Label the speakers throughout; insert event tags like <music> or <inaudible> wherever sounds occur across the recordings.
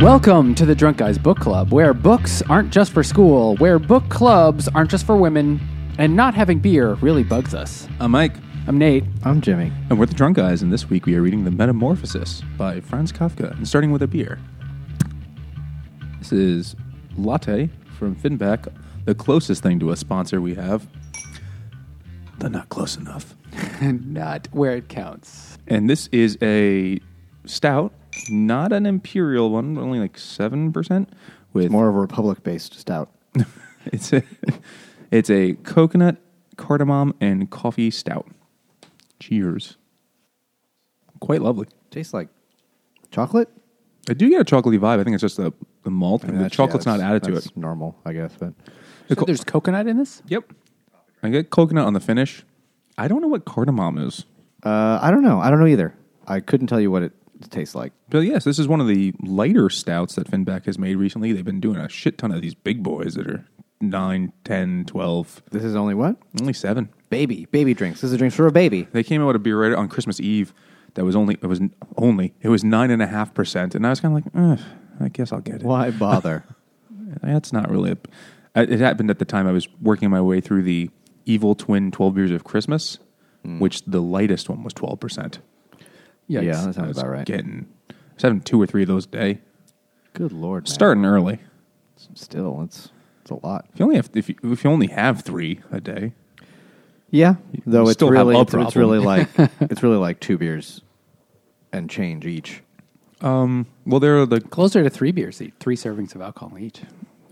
Speaker 1: Welcome to the Drunk Guys Book Club, where books aren't just for school, where book clubs aren't just for women, and not having beer really bugs us.
Speaker 2: I'm Mike,
Speaker 1: I'm Nate.
Speaker 3: I'm Jimmy.
Speaker 2: and we're the Drunk Guys, and this week we are reading The Metamorphosis by Franz Kafka, and starting with a beer. This is Latte from Finback, the closest thing to a sponsor we have. They're not close enough.
Speaker 1: not where it counts.
Speaker 2: And this is a stout, not an imperial one, only like 7%. With
Speaker 3: More of a republic based stout.
Speaker 2: <laughs> It's a, it's a coconut, cardamom, and coffee stout. Cheers. Quite lovely.
Speaker 3: Tastes like chocolate.
Speaker 2: I do get a chocolatey vibe. I think it's just the, the malt.
Speaker 3: I mean,
Speaker 2: the
Speaker 3: that's-
Speaker 2: chocolate's
Speaker 3: yeah,
Speaker 2: not added
Speaker 3: that's-
Speaker 2: to it.
Speaker 3: that's Normal, I guess. But
Speaker 1: So there's coconut in this?
Speaker 2: Yep. I get coconut on the finish. I don't know what cardamom is.
Speaker 3: uh, I don't know. I don't know either. I couldn't tell you what it tastes like.
Speaker 2: But yes, this is one of the lighter stouts that Finback has made recently. They've been doing a shit ton of these big boys that are 9, 10, 12,
Speaker 3: This is only what
Speaker 2: only 7.
Speaker 3: baby baby drinks. This is drinks for a baby.
Speaker 2: They came out with a beer right on Christmas Eve that was only it was n- only it was nine and a half percent, and I was kind of like, Ugh, I guess I'll get it.
Speaker 3: Why bother?
Speaker 2: That's not really. A, it happened at the time I was working my way through the Evil Twin Twelve Beers of Christmas,
Speaker 3: Hmm.
Speaker 2: which the lightest one was twelve percent.
Speaker 1: Yikes.
Speaker 3: Yeah, that sounds
Speaker 2: was
Speaker 3: about right.
Speaker 2: Getting I was having two or three of those a day,
Speaker 3: <laughs> Good lord, man.
Speaker 2: starting early.
Speaker 3: Still, it's it's a lot.
Speaker 2: If you only have if you, if you only have three a day,
Speaker 3: Yeah, though it's
Speaker 2: still have
Speaker 3: really
Speaker 2: a
Speaker 3: it's, it's
Speaker 2: problem.
Speaker 3: really like <laughs> it's really like two beers and change each.
Speaker 2: well, there are the
Speaker 1: Closer to three beers, each, three servings of alcohol each.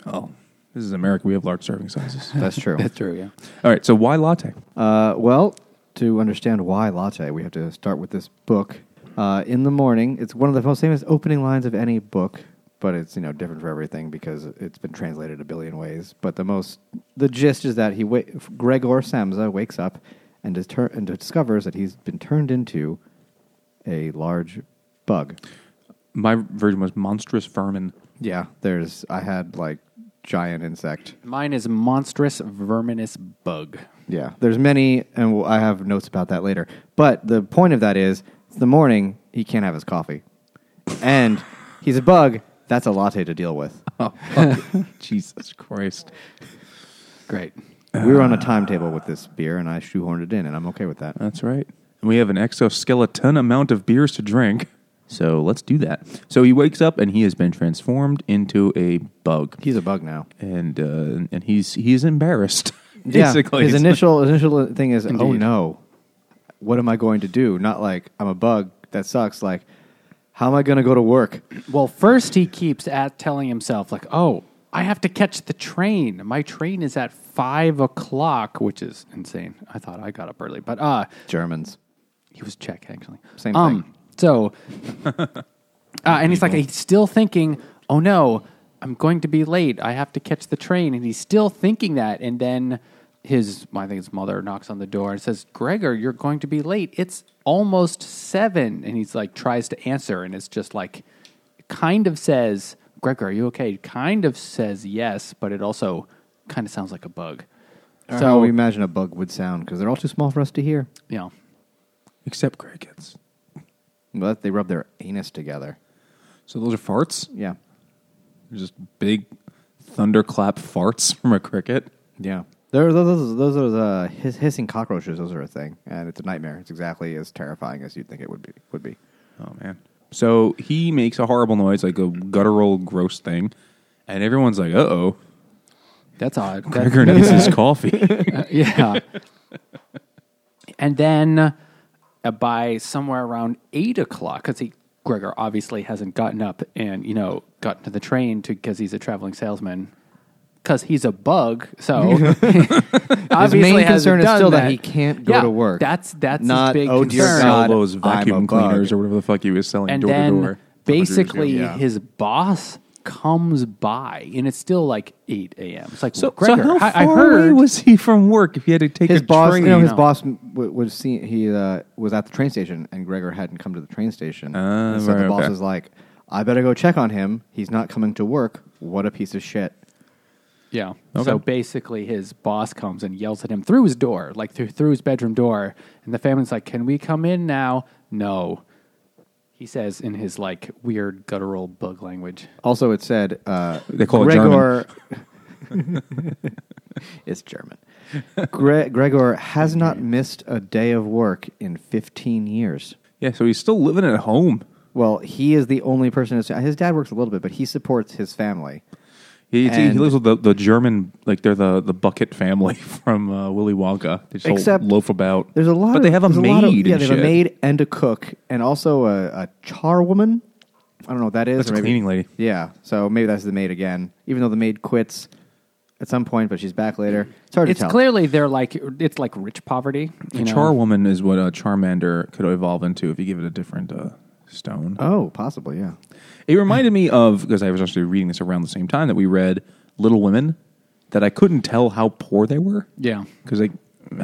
Speaker 2: oh, this is America. We have large serving sizes.
Speaker 3: <laughs> That's true.
Speaker 1: That's true, yeah.
Speaker 2: All right, so why latte?
Speaker 3: Uh, well, to understand why latte, we have to start with this book. Uh, in the morning, it's one of the most famous opening lines of any book, but it's you know different for everything because it's been translated a billion ways. But the most, the gist is that he wa- Gregor Samsa wakes up and, deter- and discovers that he's been turned into a large bug.
Speaker 2: My version was monstrous
Speaker 3: <laughs>
Speaker 2: vermin.
Speaker 3: Yeah, there's I had like giant insect.
Speaker 1: Mine is monstrous verminous bug.
Speaker 3: Yeah, there's many, and we'll, I have notes about that later. But the point of that is, it's the morning he can't have his coffee, and he's a bug. That's a latte to deal with.
Speaker 2: Jesus Christ.
Speaker 1: Great.
Speaker 3: we were on a timetable with this beer, and I shoehorned it in, and I'm okay with that.
Speaker 2: That's right. And we have an exoskeleton amount of beers to drink. So let's do that. So he wakes up and he has been transformed into a bug.
Speaker 3: He's a bug now.
Speaker 2: And uh, and he's he's embarrassed. <laughs>
Speaker 3: Yeah,
Speaker 2: Basically.
Speaker 3: his
Speaker 2: It's
Speaker 3: initial initial thing is, oh
Speaker 1: Indeed.
Speaker 3: no, what am I going to do? Not like I'm a bug. That sucks. Like, how am I going to go to work?
Speaker 1: Well, first he keeps at telling himself, like, oh, I have to catch the train. My train is at five o'clock, which is insane. I thought I got up early, but uh,
Speaker 3: Germans.
Speaker 1: he was Czech, actually. Um,
Speaker 3: Same thing. <laughs>
Speaker 1: So, uh, and he's like, he's still thinking, oh no, I'm going to be late. I have to catch the train. And he's still thinking that. And then his, I think his mother knocks on the door and says, Gregor, you're going to be late. It's almost seven. And he's like, tries to answer. And it's just like, kind of says, Gregor, are you okay? Kind of says yes, but it also kind of sounds like a bug.
Speaker 3: So
Speaker 1: So,
Speaker 3: Uh, we
Speaker 1: you
Speaker 3: imagine a bug would sound because they're all too small for us to hear.
Speaker 1: know,
Speaker 2: Except crickets.
Speaker 3: But they rub their anus together.
Speaker 2: So those are farts?
Speaker 3: Yeah.
Speaker 2: Just big thunderclap farts from a cricket.
Speaker 3: Yeah. There, those, those, those are the hiss, hissing cockroaches. Those are a thing, and it's a nightmare. It's exactly as terrifying as you'd think it would be. Would be.
Speaker 2: Oh man. So he makes a horrible noise, like a guttural gross thing, and everyone's like, uh
Speaker 3: <laughs>
Speaker 2: oh.
Speaker 1: that's odd. That-
Speaker 2: Gregor needs his coffee.
Speaker 1: yeah. and then uh, by somewhere around eight o'clock, because he Gregor obviously hasn't gotten up and you know gotten to the train to because he's a traveling salesman. Because he's a bug,
Speaker 2: <laughs>
Speaker 1: so <laughs> his
Speaker 3: main concern is still that he can't go to work.
Speaker 1: That's that's
Speaker 3: Not,
Speaker 1: his big
Speaker 3: "Oh, dear
Speaker 1: concern.
Speaker 3: God,
Speaker 2: sell those
Speaker 3: I'm a
Speaker 2: vacuum
Speaker 3: bug.
Speaker 2: cleaners or whatever the fuck he was selling
Speaker 1: and
Speaker 2: door
Speaker 1: then
Speaker 2: to door.
Speaker 1: basically
Speaker 3: Yeah.
Speaker 1: his boss comes by, and it's still like eight a.m. It's like
Speaker 2: So,
Speaker 1: Gregor,
Speaker 2: so how
Speaker 1: I,
Speaker 2: far
Speaker 1: I heard
Speaker 2: away was he from work if he had to take
Speaker 3: His
Speaker 2: a
Speaker 3: boss,
Speaker 2: train?
Speaker 3: you know, his
Speaker 1: No.
Speaker 3: boss m- w- was seen. He uh, was at the train station, and Gregor hadn't come to the train station.
Speaker 2: Ah,
Speaker 3: And so
Speaker 2: right,
Speaker 3: the boss
Speaker 2: okay.
Speaker 3: is like, "I better go check on him. He's not coming to work. What a piece of shit."
Speaker 1: Yeah.
Speaker 2: Okay.
Speaker 1: So basically, his boss comes and yells at him through his door, like through through his bedroom door, and the family's like, "Can we come in now?" No. He says in his like weird guttural bug language.
Speaker 3: Also, it said uh,
Speaker 2: They call it
Speaker 3: Gregor.
Speaker 2: <laughs>
Speaker 3: <laughs> it's German. Gre- Gregor has not missed a day of work in 15 years.
Speaker 2: Yeah, so he's still living at home.
Speaker 3: Well, he is the only person. His, his dad works a little bit, but he supports his family.
Speaker 2: He, he
Speaker 3: And-
Speaker 2: lives with the, the German, like they're the, the bucket family <laughs> from uh, Willy Wonka. They just all
Speaker 3: Except
Speaker 2: loaf about.
Speaker 3: There's a lot.
Speaker 2: but
Speaker 3: of,
Speaker 2: they have a
Speaker 3: there's
Speaker 2: maid.
Speaker 3: lot of-
Speaker 2: and
Speaker 3: yeah, they have
Speaker 2: shit.
Speaker 3: a maid and a cook, and also a, a charwoman. I don't know what that is.
Speaker 2: That's
Speaker 3: or
Speaker 2: a
Speaker 3: maybe-
Speaker 2: cleaning lady.
Speaker 3: Yeah, so maybe that's the maid again. Even though the maid quits at some point, but she's back later. It's hard
Speaker 1: It's
Speaker 3: to tell.
Speaker 1: clearly they're like it's like rich poverty. You know?
Speaker 2: Charwoman is what a Charmander could evolve into if you give it a different uh, stone.
Speaker 3: Oh, possibly. Yeah.
Speaker 2: It reminded me of because I was actually reading this around the same time that we read Little Women, that I couldn't tell how poor they were.
Speaker 1: Yeah.
Speaker 2: because like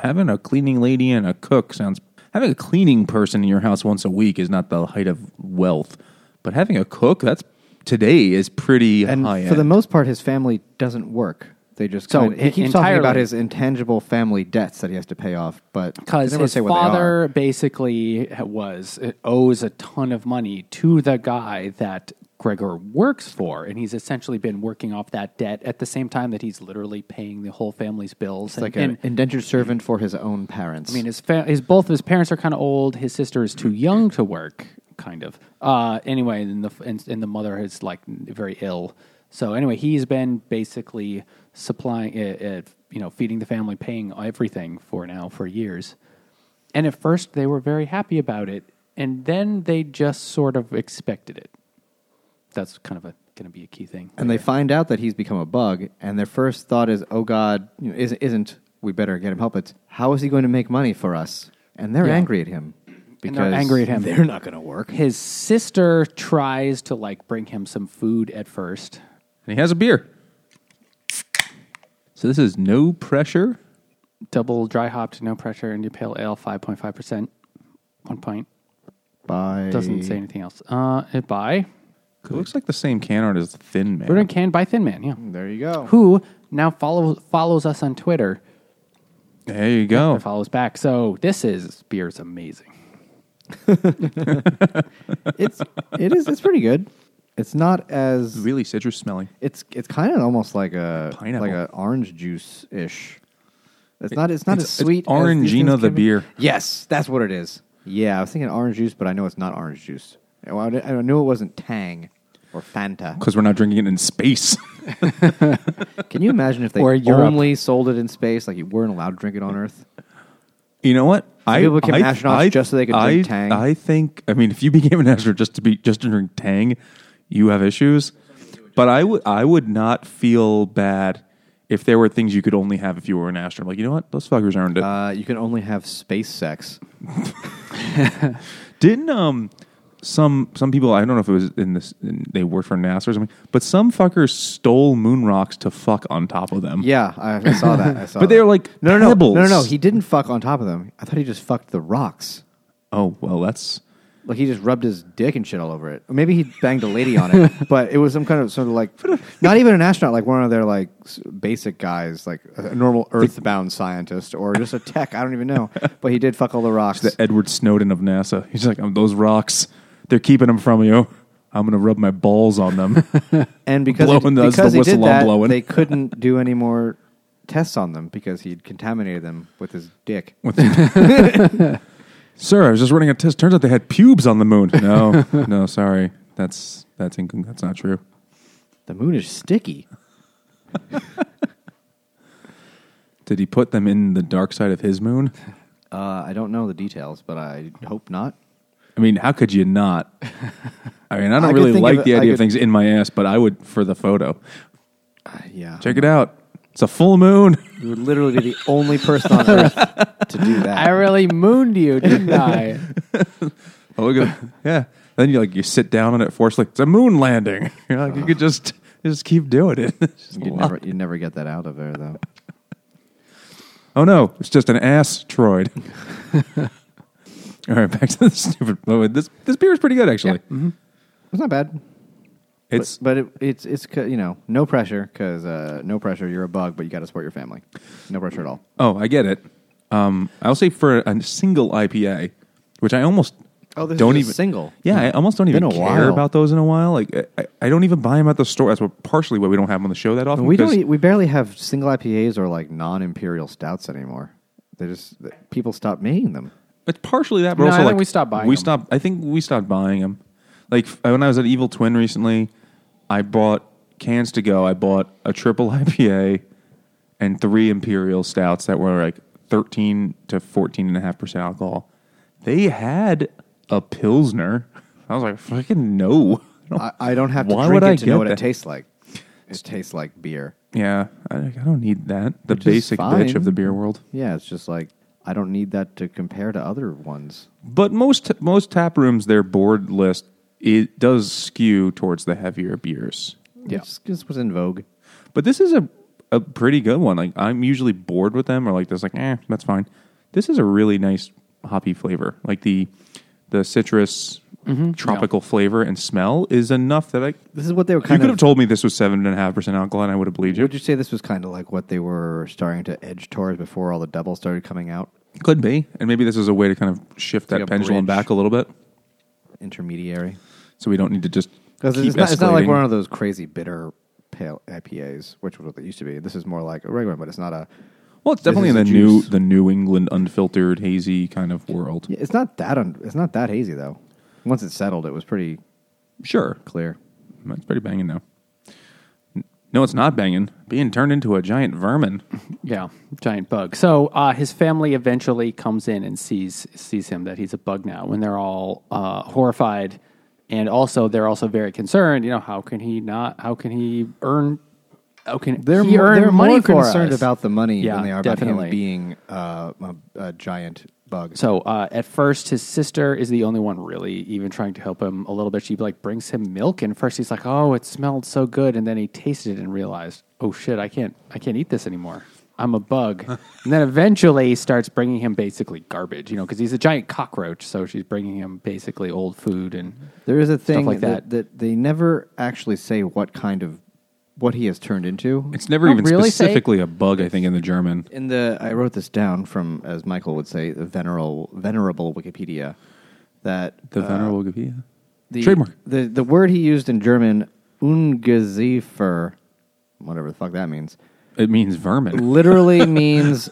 Speaker 2: having a cleaning lady and a cook sounds having a cleaning person in your house once a week is not the height of wealth, but having a cook that's today is pretty
Speaker 3: and
Speaker 2: high
Speaker 3: for
Speaker 2: end.
Speaker 3: the most part, his family doesn't work. They just
Speaker 1: So,
Speaker 3: kinda- he
Speaker 1: e-
Speaker 3: keeps talking about
Speaker 1: entirely.
Speaker 3: his intangible family debts that he has to pay off, but they
Speaker 1: because
Speaker 3: never
Speaker 1: his
Speaker 3: say what they are.
Speaker 1: father basically was uh, owes a ton of money to the guy that Gregor works for, and he's essentially been working off that debt at the same time that he's literally paying the whole family's bills.
Speaker 3: It's like
Speaker 1: and,
Speaker 3: an indentured servant for his own parents.
Speaker 1: I mean, his, fa- his both of his parents are kind of old. His sister is too young to work, kind of. Uh, anyway, and the f- and, and the mother is like very ill. So anyway, he's been basically supplying, uh, uh, you know, feeding the family, paying everything for now for years. And at first, they were very happy about it, and then they just sort of expected it. That's kind of a going to be a key thing.
Speaker 3: and they find out that he's become a bug, and their first thought is, "Oh God, you know, isn't, isn't we better get him help? It's how is he going to make money for us?" And they're
Speaker 1: Yeah.
Speaker 3: angry at him
Speaker 1: And
Speaker 3: because
Speaker 1: they're angry at him.
Speaker 3: They're not going to work.
Speaker 1: His sister tries to like bring him some food at first.
Speaker 2: and he has a beer. So this is no pressure.
Speaker 1: double dry hopped, no pressure, India Pale Ale, five point five percent, one pint.
Speaker 3: By
Speaker 1: Doesn't say anything else. Uh, it by
Speaker 2: It looks like the same can art as Thin Man.
Speaker 1: brewed and canned by Thin Man, yeah.
Speaker 3: There you go.
Speaker 1: Who now follows follows us on Twitter?
Speaker 2: There you go.
Speaker 1: and follows back. So this is beer is amazing.
Speaker 3: <laughs> it's it is it's pretty good. It's not as
Speaker 2: Really citrus smelling.
Speaker 3: It's it's kind of almost like a
Speaker 2: Pineapple.
Speaker 3: like an orange juice ish. It's not it's not
Speaker 2: it's-
Speaker 3: as
Speaker 2: it's
Speaker 3: sweet. as
Speaker 2: Orangina
Speaker 3: these things
Speaker 2: the
Speaker 3: can be.
Speaker 2: beer.
Speaker 3: Yes, that's what it is. Yeah, I was thinking orange juice, but I know it's not orange juice. Well, I I knew it wasn't Tang or Fanta.
Speaker 2: Because we're not drinking it in space. <laughs>
Speaker 3: Can you imagine if they
Speaker 1: Or Europe.
Speaker 3: only sold it in space, like you weren't allowed to drink it on Earth?
Speaker 2: You know what?
Speaker 3: people became astronauts just so they could drink
Speaker 2: I-
Speaker 3: Tang.
Speaker 2: I think. I mean, if you <laughs> became an astronaut just to be just to drink Tang, you have issues. But I would I would not feel bad if there were things you could only have if you were an astronaut. Like you know what? Those fuckers earned it.
Speaker 3: Uh, you can only have space sex.
Speaker 2: Didn't um some some people I don't know if it was in this in, they worked for NASA or something, but some fuckers stole moon rocks to fuck on top of them.
Speaker 3: Yeah, I, I saw that. I saw
Speaker 2: But they
Speaker 3: that.
Speaker 2: were like
Speaker 3: no, no, no,
Speaker 2: pebbles.
Speaker 3: no, no, no. He didn't fuck on top of them. I thought he just fucked the rocks.
Speaker 2: Oh well, that's
Speaker 3: Like he just rubbed his dick and shit all over it. Or maybe he banged a lady on
Speaker 2: <laughs>
Speaker 3: it, but it was some kind of sort of like not even an astronaut, like one of their like s- basic guys, like a a normal Earthbound scientist or just a tech. I don't
Speaker 2: <laughs>
Speaker 3: even know, but he did fuck all the rocks.
Speaker 2: the Edward Snowden of NASA. He's like, "Um, those rocks, they're keeping them from you. I'm gonna rub my balls on
Speaker 3: <laughs>
Speaker 2: them.
Speaker 3: and because he-
Speaker 2: blowing, that's the
Speaker 3: because he
Speaker 2: whistle
Speaker 3: did
Speaker 2: I'm
Speaker 3: that,
Speaker 2: blowing.
Speaker 3: they couldn't do any more tests on them because he'd contaminated them with his dick.
Speaker 2: Sir, I was just running a test. Turns out they had pubes on the moon. No, no, sorry, that's that's inc- that's not true.
Speaker 3: The moon is sticky.
Speaker 2: Did he put them in the dark side of his moon?
Speaker 3: Uh, I don't know the details, but I hope not.
Speaker 2: I mean, how could you not? I mean, I don't
Speaker 3: I could
Speaker 2: really
Speaker 3: think of
Speaker 2: like
Speaker 3: it-
Speaker 2: the
Speaker 3: I
Speaker 2: idea of
Speaker 3: could-
Speaker 2: things in my ass, but I would for the photo.
Speaker 3: Uh, yeah,
Speaker 2: Check it out. It's a full
Speaker 3: <laughs>
Speaker 2: moon.
Speaker 3: you would literally be the only person
Speaker 2: <laughs>
Speaker 3: on Earth to do that.
Speaker 1: I really mooned you, didn't I?
Speaker 2: Oh, look at <laughs> yeah. Then you like you sit down on it forcefully. It's a moon landing. <laughs> You're like you could just just keep doing it. <laughs> It's just a
Speaker 3: You'd
Speaker 2: lot.
Speaker 3: never, you'd never get that out of there, though.
Speaker 2: Oh no, it's just an asteroid. All right, back to the stupid. oh, wait, This this beer is pretty good actually.
Speaker 3: mm-hmm. It's not bad.
Speaker 2: It's
Speaker 3: but, but it, it's it's c- you know no pressure because uh, no pressure. You're a bug, but you got to support your family. No pressure at all.
Speaker 2: oh, I get it. Um, I'll say for a, single IPA, which I almost
Speaker 3: Oh, this
Speaker 2: don't
Speaker 3: is a
Speaker 2: even
Speaker 3: single.
Speaker 2: Yeah, I almost don't
Speaker 3: Been
Speaker 2: even
Speaker 3: a
Speaker 2: care
Speaker 3: while.
Speaker 2: about those in a while. Like I- I, I don't even buy them at the store. That's what partially why we don't have them on the show that often.
Speaker 3: we don't.
Speaker 2: because-
Speaker 3: e- We barely have single IPAs or like non-imperial stouts anymore. They just th- people stop making them.
Speaker 2: It's partially that, but
Speaker 1: No,
Speaker 2: also
Speaker 1: I think
Speaker 2: like
Speaker 1: we stopped buying
Speaker 2: We
Speaker 1: them.
Speaker 2: stopped. I think we stopped buying them. Like f- when I was at Evil Twin recently, I bought cans to go. I bought a triple <laughs> IPA and three imperial stouts that were like thirteen to fourteen and a half percent alcohol. They had a pilsner. I was like, fucking no. <laughs>
Speaker 3: I, I don't have to
Speaker 2: Why
Speaker 3: drink
Speaker 2: would
Speaker 3: it
Speaker 2: I
Speaker 3: to know
Speaker 2: get
Speaker 3: what
Speaker 2: that?
Speaker 3: it tastes like. It tastes like beer.
Speaker 2: Yeah, I, I don't need that. The
Speaker 3: is
Speaker 2: basic bitch
Speaker 3: fine.
Speaker 2: of the beer world.
Speaker 3: Yeah, it's just like I don't need that to compare to other ones.
Speaker 2: But most most tap rooms, their board list it does skew towards the heavier beers.
Speaker 3: Yeah, just, just was in vogue.
Speaker 2: But this is a a pretty good one. Like I'm usually bored with them or like this like eh, that's fine. This is a really nice hoppy flavor. Like the the citrus tropical flavor and smell is enough that I
Speaker 3: Mm-hmm. This is what they were
Speaker 2: you
Speaker 3: kind
Speaker 2: could
Speaker 3: of.
Speaker 2: have told me this was seven and a half percent alcohol and I would have believed you.
Speaker 3: would you say this was kind of like what they were starting to edge towards before all the doubles started coming out?
Speaker 2: Could be. And maybe this is a way to kind of shift that
Speaker 3: Like a
Speaker 2: pendulum
Speaker 3: bridge.
Speaker 2: back a little bit.
Speaker 3: Intermediary.
Speaker 2: So we don't need to just
Speaker 3: Because
Speaker 2: keep
Speaker 3: it's, not- it's not like
Speaker 2: escalating.
Speaker 3: one of those crazy bitter pale IPAs, which was what they used to be. This is more like a regular, one, but it's not a.
Speaker 2: Well, it's
Speaker 3: This
Speaker 2: definitely in
Speaker 3: is
Speaker 2: the
Speaker 3: a
Speaker 2: new
Speaker 3: juice.
Speaker 2: the New England unfiltered hazy kind of world.
Speaker 3: yeah, It's not that. Un, it's not that hazy though. Once it settled, it was pretty
Speaker 2: Sure,
Speaker 3: clear.
Speaker 2: it's pretty banging though. N- No, it's not banging. Being turned into a giant vermin.
Speaker 1: Yeah, giant bug. So uh, his family eventually comes in and sees sees him that he's a bug now. When they're all uh, horrified, and also they're also very concerned. You know, how can he not? How can he earn? How can
Speaker 3: They're
Speaker 1: he
Speaker 3: more,
Speaker 1: earn
Speaker 3: they're
Speaker 1: money
Speaker 3: more
Speaker 1: for
Speaker 3: concerned
Speaker 1: us?
Speaker 3: about the money
Speaker 1: Yeah,
Speaker 3: than they are about
Speaker 1: definitely.
Speaker 3: him being uh, a, a giant bug.
Speaker 1: So uh, at first, his sister is the only one really even trying to help him a little bit. She like brings him milk, and first he's like, "Oh, it smelled so good," and then he tasted it and realized, "Oh shit, I can't, I can't eat this anymore. I'm a <laughs> bug." and then eventually he starts bringing him basically garbage, you know, because he's a giant cockroach. So she's bringing him basically old food and
Speaker 3: There is a thing
Speaker 1: like
Speaker 3: that,
Speaker 1: that.
Speaker 3: that they never actually say what kind of what he has turned into.
Speaker 2: It's never
Speaker 1: Not
Speaker 2: even
Speaker 1: Oh, really, say- uh,
Speaker 2: specifically a bug, I think, in the German.
Speaker 3: in the I wrote this down from as Michael would say the venerable venerable Wikipedia that
Speaker 2: The
Speaker 3: uh,
Speaker 2: venerable Wikipedia.
Speaker 3: the,
Speaker 2: Trademark.
Speaker 3: the the word he used in German ungeziefer whatever the fuck that means
Speaker 2: It means
Speaker 1: <laughs>
Speaker 2: vermin.
Speaker 3: literally means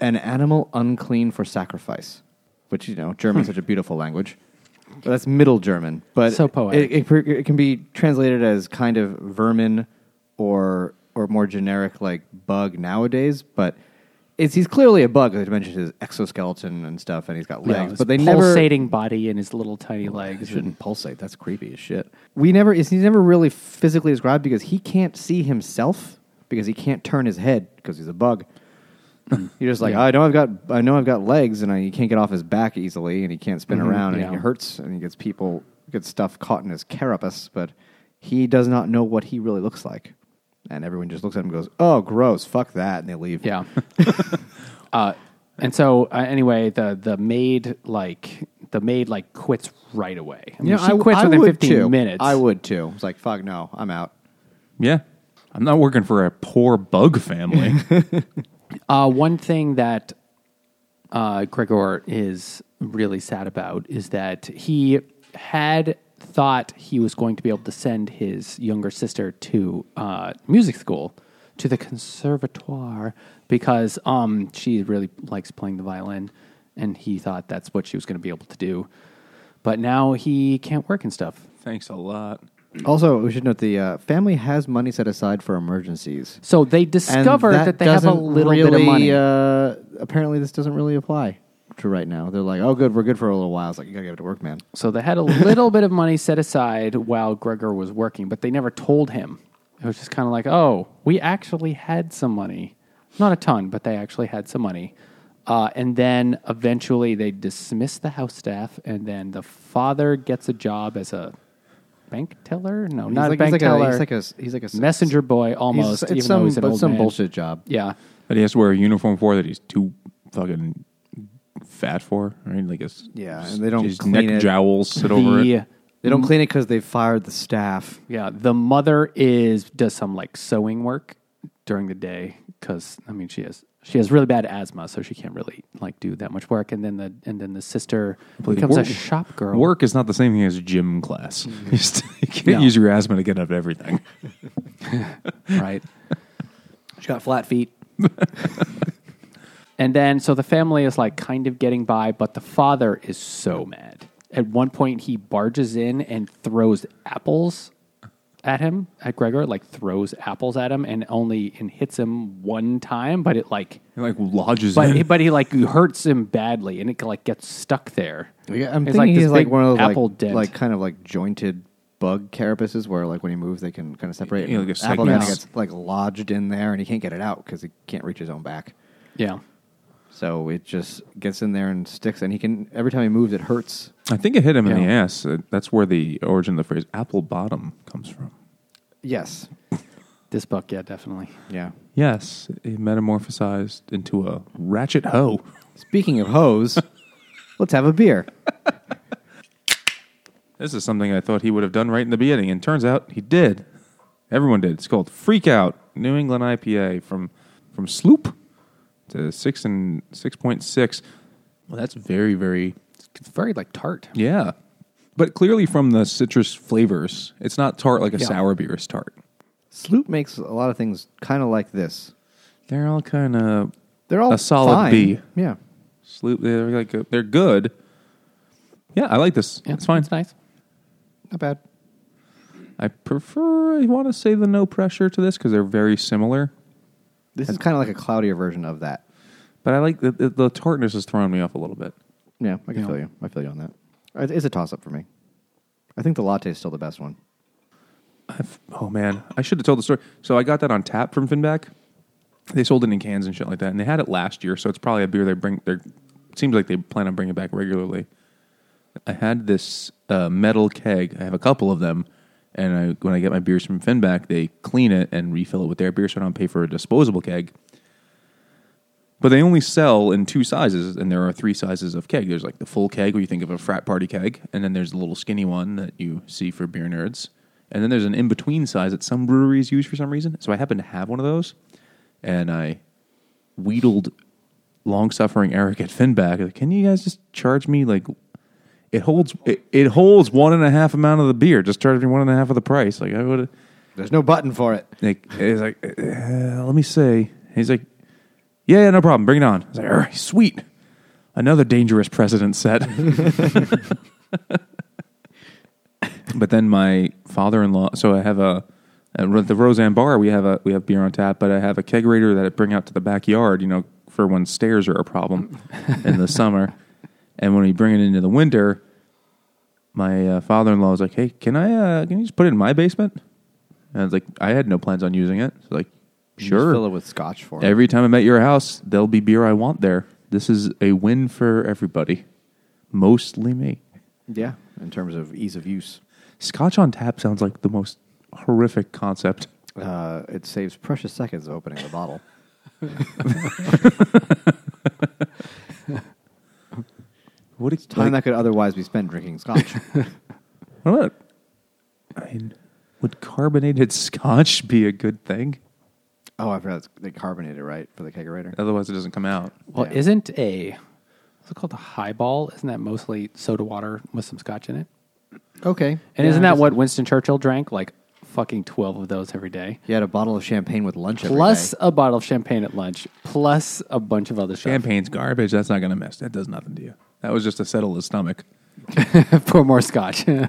Speaker 3: an animal unclean for sacrifice which you know German is such a beautiful language But that's middle German but
Speaker 1: So poetic.
Speaker 3: it, it, it can be translated as kind of vermin or or more generic like bug nowadays but it's, he's clearly a bug. They mentioned his exoskeleton and stuff, and he's got
Speaker 1: you know,
Speaker 3: legs.
Speaker 1: his
Speaker 3: but they never
Speaker 1: pulsating body and his little tiny legs.
Speaker 3: it
Speaker 1: And
Speaker 3: shouldn't pulsate. That's creepy as shit. We never it's, he's never really physically described because he can't see himself because he can't turn his head because he's a bug.
Speaker 1: <laughs>
Speaker 3: You're just like I know I've got I know I've got legs and I, he can't get off his back easily and he can't spin around and he
Speaker 1: Mm-hmm. yeah.
Speaker 3: hurts and he gets people gets stuff caught in his carapace but he does not know what he really looks like and everyone just looks at him and goes oh gross fuck that and they leave
Speaker 1: Yeah.
Speaker 3: <laughs>
Speaker 1: uh, and so uh, anyway, the the maid like the maid like quits right away. I mean,
Speaker 3: you know,
Speaker 1: she
Speaker 3: I,
Speaker 1: quits
Speaker 3: I
Speaker 1: within
Speaker 3: would
Speaker 1: fifteen
Speaker 3: too.
Speaker 1: minutes.
Speaker 3: I would too it's like fuck no I'm out
Speaker 2: yeah. I'm not working for a poor
Speaker 1: <laughs>
Speaker 2: bug family. <laughs>
Speaker 1: Uh, one thing that uh, Gregor is really sad about is that he had thought he was going to be able to send his younger sister to uh, music school, to the conservatoire, because um, she really likes playing the violin, and he thought that's what she was going to be able to do. But now he can't work and stuff.
Speaker 2: Thanks a lot.
Speaker 3: Also, we should note the uh, family has money set aside for emergencies.
Speaker 1: So they
Speaker 3: And
Speaker 1: discover that, they have a
Speaker 3: doesn't
Speaker 1: little bit of
Speaker 3: really,
Speaker 1: money.
Speaker 3: Uh, apparently, this doesn't really apply to right now. They're like, "Oh, good, we're good for a little while." It's like you gotta give it to work, man.
Speaker 1: So they had a little bit of money set aside while Gregor was working, but they never told him. It was just kind of like, oh, we actually had some money. Not a ton, but they actually had some money. Uh, and then eventually they dismiss the house staff, and then the father gets a job as a bank teller? No, not a
Speaker 3: like,
Speaker 1: bank
Speaker 3: he's like
Speaker 1: teller.
Speaker 3: A, he's like a he's like a
Speaker 1: messenger boy
Speaker 3: he's-
Speaker 1: almost,
Speaker 3: it's
Speaker 1: even
Speaker 3: some,
Speaker 1: though he's an
Speaker 3: but
Speaker 1: old
Speaker 3: some
Speaker 1: man.
Speaker 3: bullshit job.
Speaker 1: Yeah.
Speaker 2: That he has to wear a uniform for that he's too fucking fat for. Right? Like his
Speaker 3: Yeah, and they don't
Speaker 2: his
Speaker 3: clean
Speaker 2: neck
Speaker 3: it.
Speaker 2: jowls sit over
Speaker 1: The, uh,
Speaker 2: it.
Speaker 3: They don't clean it because they fired the staff.
Speaker 1: Yeah, the mother is does some like sewing work during the day because I mean she has She has really bad asthma, so she can't really like do that much work. And then the and then the sister becomes
Speaker 2: Work-
Speaker 1: a shop girl. Mm.
Speaker 2: Work is not the same thing as gym class. <laughs> You, still, you can't
Speaker 1: No.
Speaker 2: use your asthma to get out of everything.
Speaker 1: right? She got flat feet. <laughs> and then, so the family is like kind of getting by, but the father is so mad. At one point, he barges in and throws apples at him, at Gregor, like throws apples at him and only and hits him one time, but it like,
Speaker 2: It like lodges
Speaker 1: but,
Speaker 2: in.
Speaker 1: he- but he like hurts him badly and it like gets stuck there.
Speaker 3: Yeah, I'm
Speaker 1: It's
Speaker 3: thinking
Speaker 1: this
Speaker 3: he's like
Speaker 1: big
Speaker 3: one of those
Speaker 1: apple
Speaker 3: like,
Speaker 1: dent.
Speaker 3: like kind of like jointed bug carapaces where like when he moves they can kind of separate.
Speaker 2: Yeah,
Speaker 3: and
Speaker 2: like a
Speaker 3: apple kind of
Speaker 2: segments.
Speaker 3: gets like lodged in there and he can't get it out because he can't reach his own back.
Speaker 1: yeah.
Speaker 3: So it just gets in there and sticks, and he can every time he moves it hurts.
Speaker 2: I think it hit him in
Speaker 1: Yeah.
Speaker 2: the ass. Uh, That's where the origin of the phrase apple bottom comes from.
Speaker 3: Yes.
Speaker 1: This book, yeah, definitely.
Speaker 3: Yeah.
Speaker 2: Yes, it metamorphosized into a ratchet hoe.
Speaker 3: Speaking of hoes, <laughs> let's have a beer.
Speaker 2: This is something I thought he would have done right in the beginning, and turns out he did. Everyone did. It's called Freak Out New England IPA from from Sloop to six and six point six. Well, that's very very
Speaker 1: It's very like tart.
Speaker 2: yeah, but clearly from the citrus flavors, it's not tart like a
Speaker 1: Yeah.
Speaker 2: sour beer is tart.
Speaker 3: Sloop makes a lot of things kind of like this.
Speaker 2: They're all kind of
Speaker 3: They're all
Speaker 2: a solid
Speaker 3: fine.
Speaker 2: B.
Speaker 3: Yeah.
Speaker 2: Sloop. They're like a, they're good. Yeah, I like this.
Speaker 1: Yeah,
Speaker 2: it's fine.
Speaker 1: It's nice.
Speaker 3: Not bad.
Speaker 2: I prefer. I want to say the no pressure to this because they're very similar.
Speaker 3: This is kind of like a cloudier version of that.
Speaker 2: But I like the, the, the tartness is throwing me off a little bit.
Speaker 3: Yeah, I can
Speaker 1: Yeah.
Speaker 3: feel you. I feel you on that. It- It's a toss up for me. I think the latte is still the best one.
Speaker 2: I've, oh man, I should have told the story. So I got that on tap from Finback. They sold it in cans and shit like that, and they had it last year. So it's probably a beer they bring. They seems like they plan on bringing it back regularly. I had this uh, metal keg. I have a couple of them, and I, when I get my beers from Finback, they clean it and refill it with their beer, so I don't pay for a disposable keg. But they only sell in two sizes, and there are three sizes of keg. There's like the full keg, where you think of a frat party keg, and then there's the little skinny one that you see for beer nerds. And then there's an in between size that some breweries use for some reason. So I happen to have one of those, and I wheedled long suffering Eric at Finback. Like, Can you guys just charge me like it holds it, it holds one and a half amount of the beer? Just charge me one and a half of the price. Like I would.
Speaker 3: There's no button for it.
Speaker 2: Like, he's like, uh, let me say. He's like, yeah, yeah, no problem. Bring it on. I was like, all right, sweet. Another dangerous precedent
Speaker 3: <laughs>
Speaker 2: set. but then my father-in-law. So I have a at the Roseanne Bar. We have a we have beer on tap, but I have a kegerator that I bring out to the backyard. You know, for when stairs are a
Speaker 3: <laughs>
Speaker 2: problem in the summer, and when we bring it into the winter, my uh, father-in-law was like, "Hey, can I? Uh, can you just put it in my basement?" And I was like, "I had no plans on using it." So like,
Speaker 3: You
Speaker 2: sure.
Speaker 3: just fill it with scotch for him.
Speaker 2: Every time I'm at your house, there'll be beer I want there. This is a win for everybody, mostly me.
Speaker 3: yeah, in terms of ease of use.
Speaker 2: Scotch on tap sounds like the most horrific concept.
Speaker 3: Uh, it saves precious seconds of opening the bottle.
Speaker 2: What is
Speaker 3: Time
Speaker 2: like,
Speaker 3: that could otherwise be spent drinking <laughs> scotch.
Speaker 2: what about? I mean, would carbonated <laughs> Scotch be a good thing?
Speaker 3: oh, I forgot it's, they carbonated, right, for the kegerator?
Speaker 2: Otherwise, it doesn't come out.
Speaker 1: Well,
Speaker 3: Yeah.
Speaker 1: isn't a what's it called a highball? Isn't that mostly soda water with some scotch in it?
Speaker 3: Okay.
Speaker 1: And
Speaker 3: Yeah,
Speaker 1: isn't
Speaker 3: I
Speaker 1: that
Speaker 3: guess-
Speaker 1: what Winston Churchill drank? Like fucking twelve of those every day,
Speaker 3: He had a bottle of champagne with lunch every
Speaker 1: plus
Speaker 3: day.
Speaker 1: a bottle of champagne at lunch, plus a bunch of other <laughs> stuff
Speaker 2: Champagne's garbage. That's not going to mess. That does nothing to you. That was just to settle his stomach.
Speaker 1: for more scotch. <laughs>
Speaker 3: <laughs> it,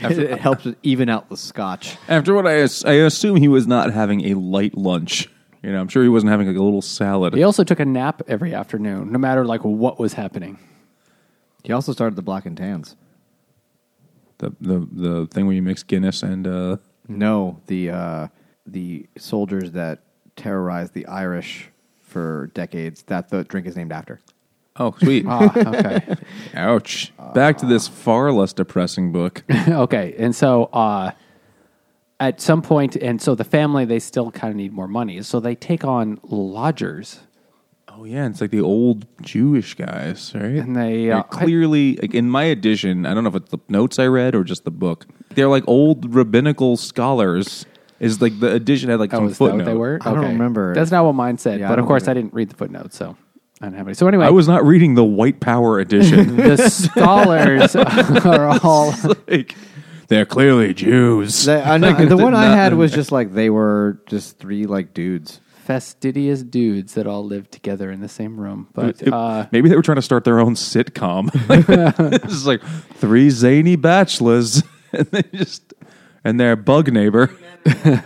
Speaker 3: it helps to even out the scotch.
Speaker 2: After what I, as- I assume he was not having a light lunch. You know, I'm sure he wasn't having like a little salad.
Speaker 1: he also took a nap every afternoon, no matter like what was happening. <laughs>
Speaker 3: He also started the black and tans.
Speaker 2: The, the the thing where you mix Guinness and uh,
Speaker 3: No, the uh, the soldiers that terrorized the Irish for decades. That the drink is named after.
Speaker 2: oh sweet,
Speaker 1: Ah, okay,
Speaker 2: <laughs> ouch. Back to this far less depressing book.
Speaker 1: okay. And so, uh, at some point, and so the family they still kind of need more money, so they take on lodgers.
Speaker 2: Oh yeah, it's like the old Jewish guys, right?
Speaker 1: And they,
Speaker 2: They're
Speaker 1: uh, I-
Speaker 2: clearly like, in my edition. I don't know if it's the notes I read or just the book. They're like old rabbinical scholars Is like the edition had like
Speaker 1: Oh,
Speaker 2: some
Speaker 1: is that
Speaker 2: footnote.
Speaker 1: what they were?
Speaker 3: I don't remember.
Speaker 1: That's not what mine said.
Speaker 3: Yeah, I
Speaker 1: but of
Speaker 3: don't
Speaker 1: course, I
Speaker 3: remember.
Speaker 1: didn't read the footnotes, so I didn't have any. So anyway,
Speaker 2: I was <laughs> not reading the White Power edition. <laughs>
Speaker 1: the scholars are all.
Speaker 2: like, they're clearly Jews.
Speaker 3: The, I know-
Speaker 2: Like,
Speaker 3: <laughs> the
Speaker 2: there's
Speaker 3: one I had
Speaker 2: nothing
Speaker 3: was
Speaker 2: there.
Speaker 3: just like they were just three like dudes.
Speaker 1: fastidious dudes that all live together in the same room. But
Speaker 2: <laughs> It-
Speaker 1: uh,
Speaker 2: maybe they were trying to start their own sitcom. <laughs> it's just like three zany bachelors, <laughs> and they just and their bug neighbor.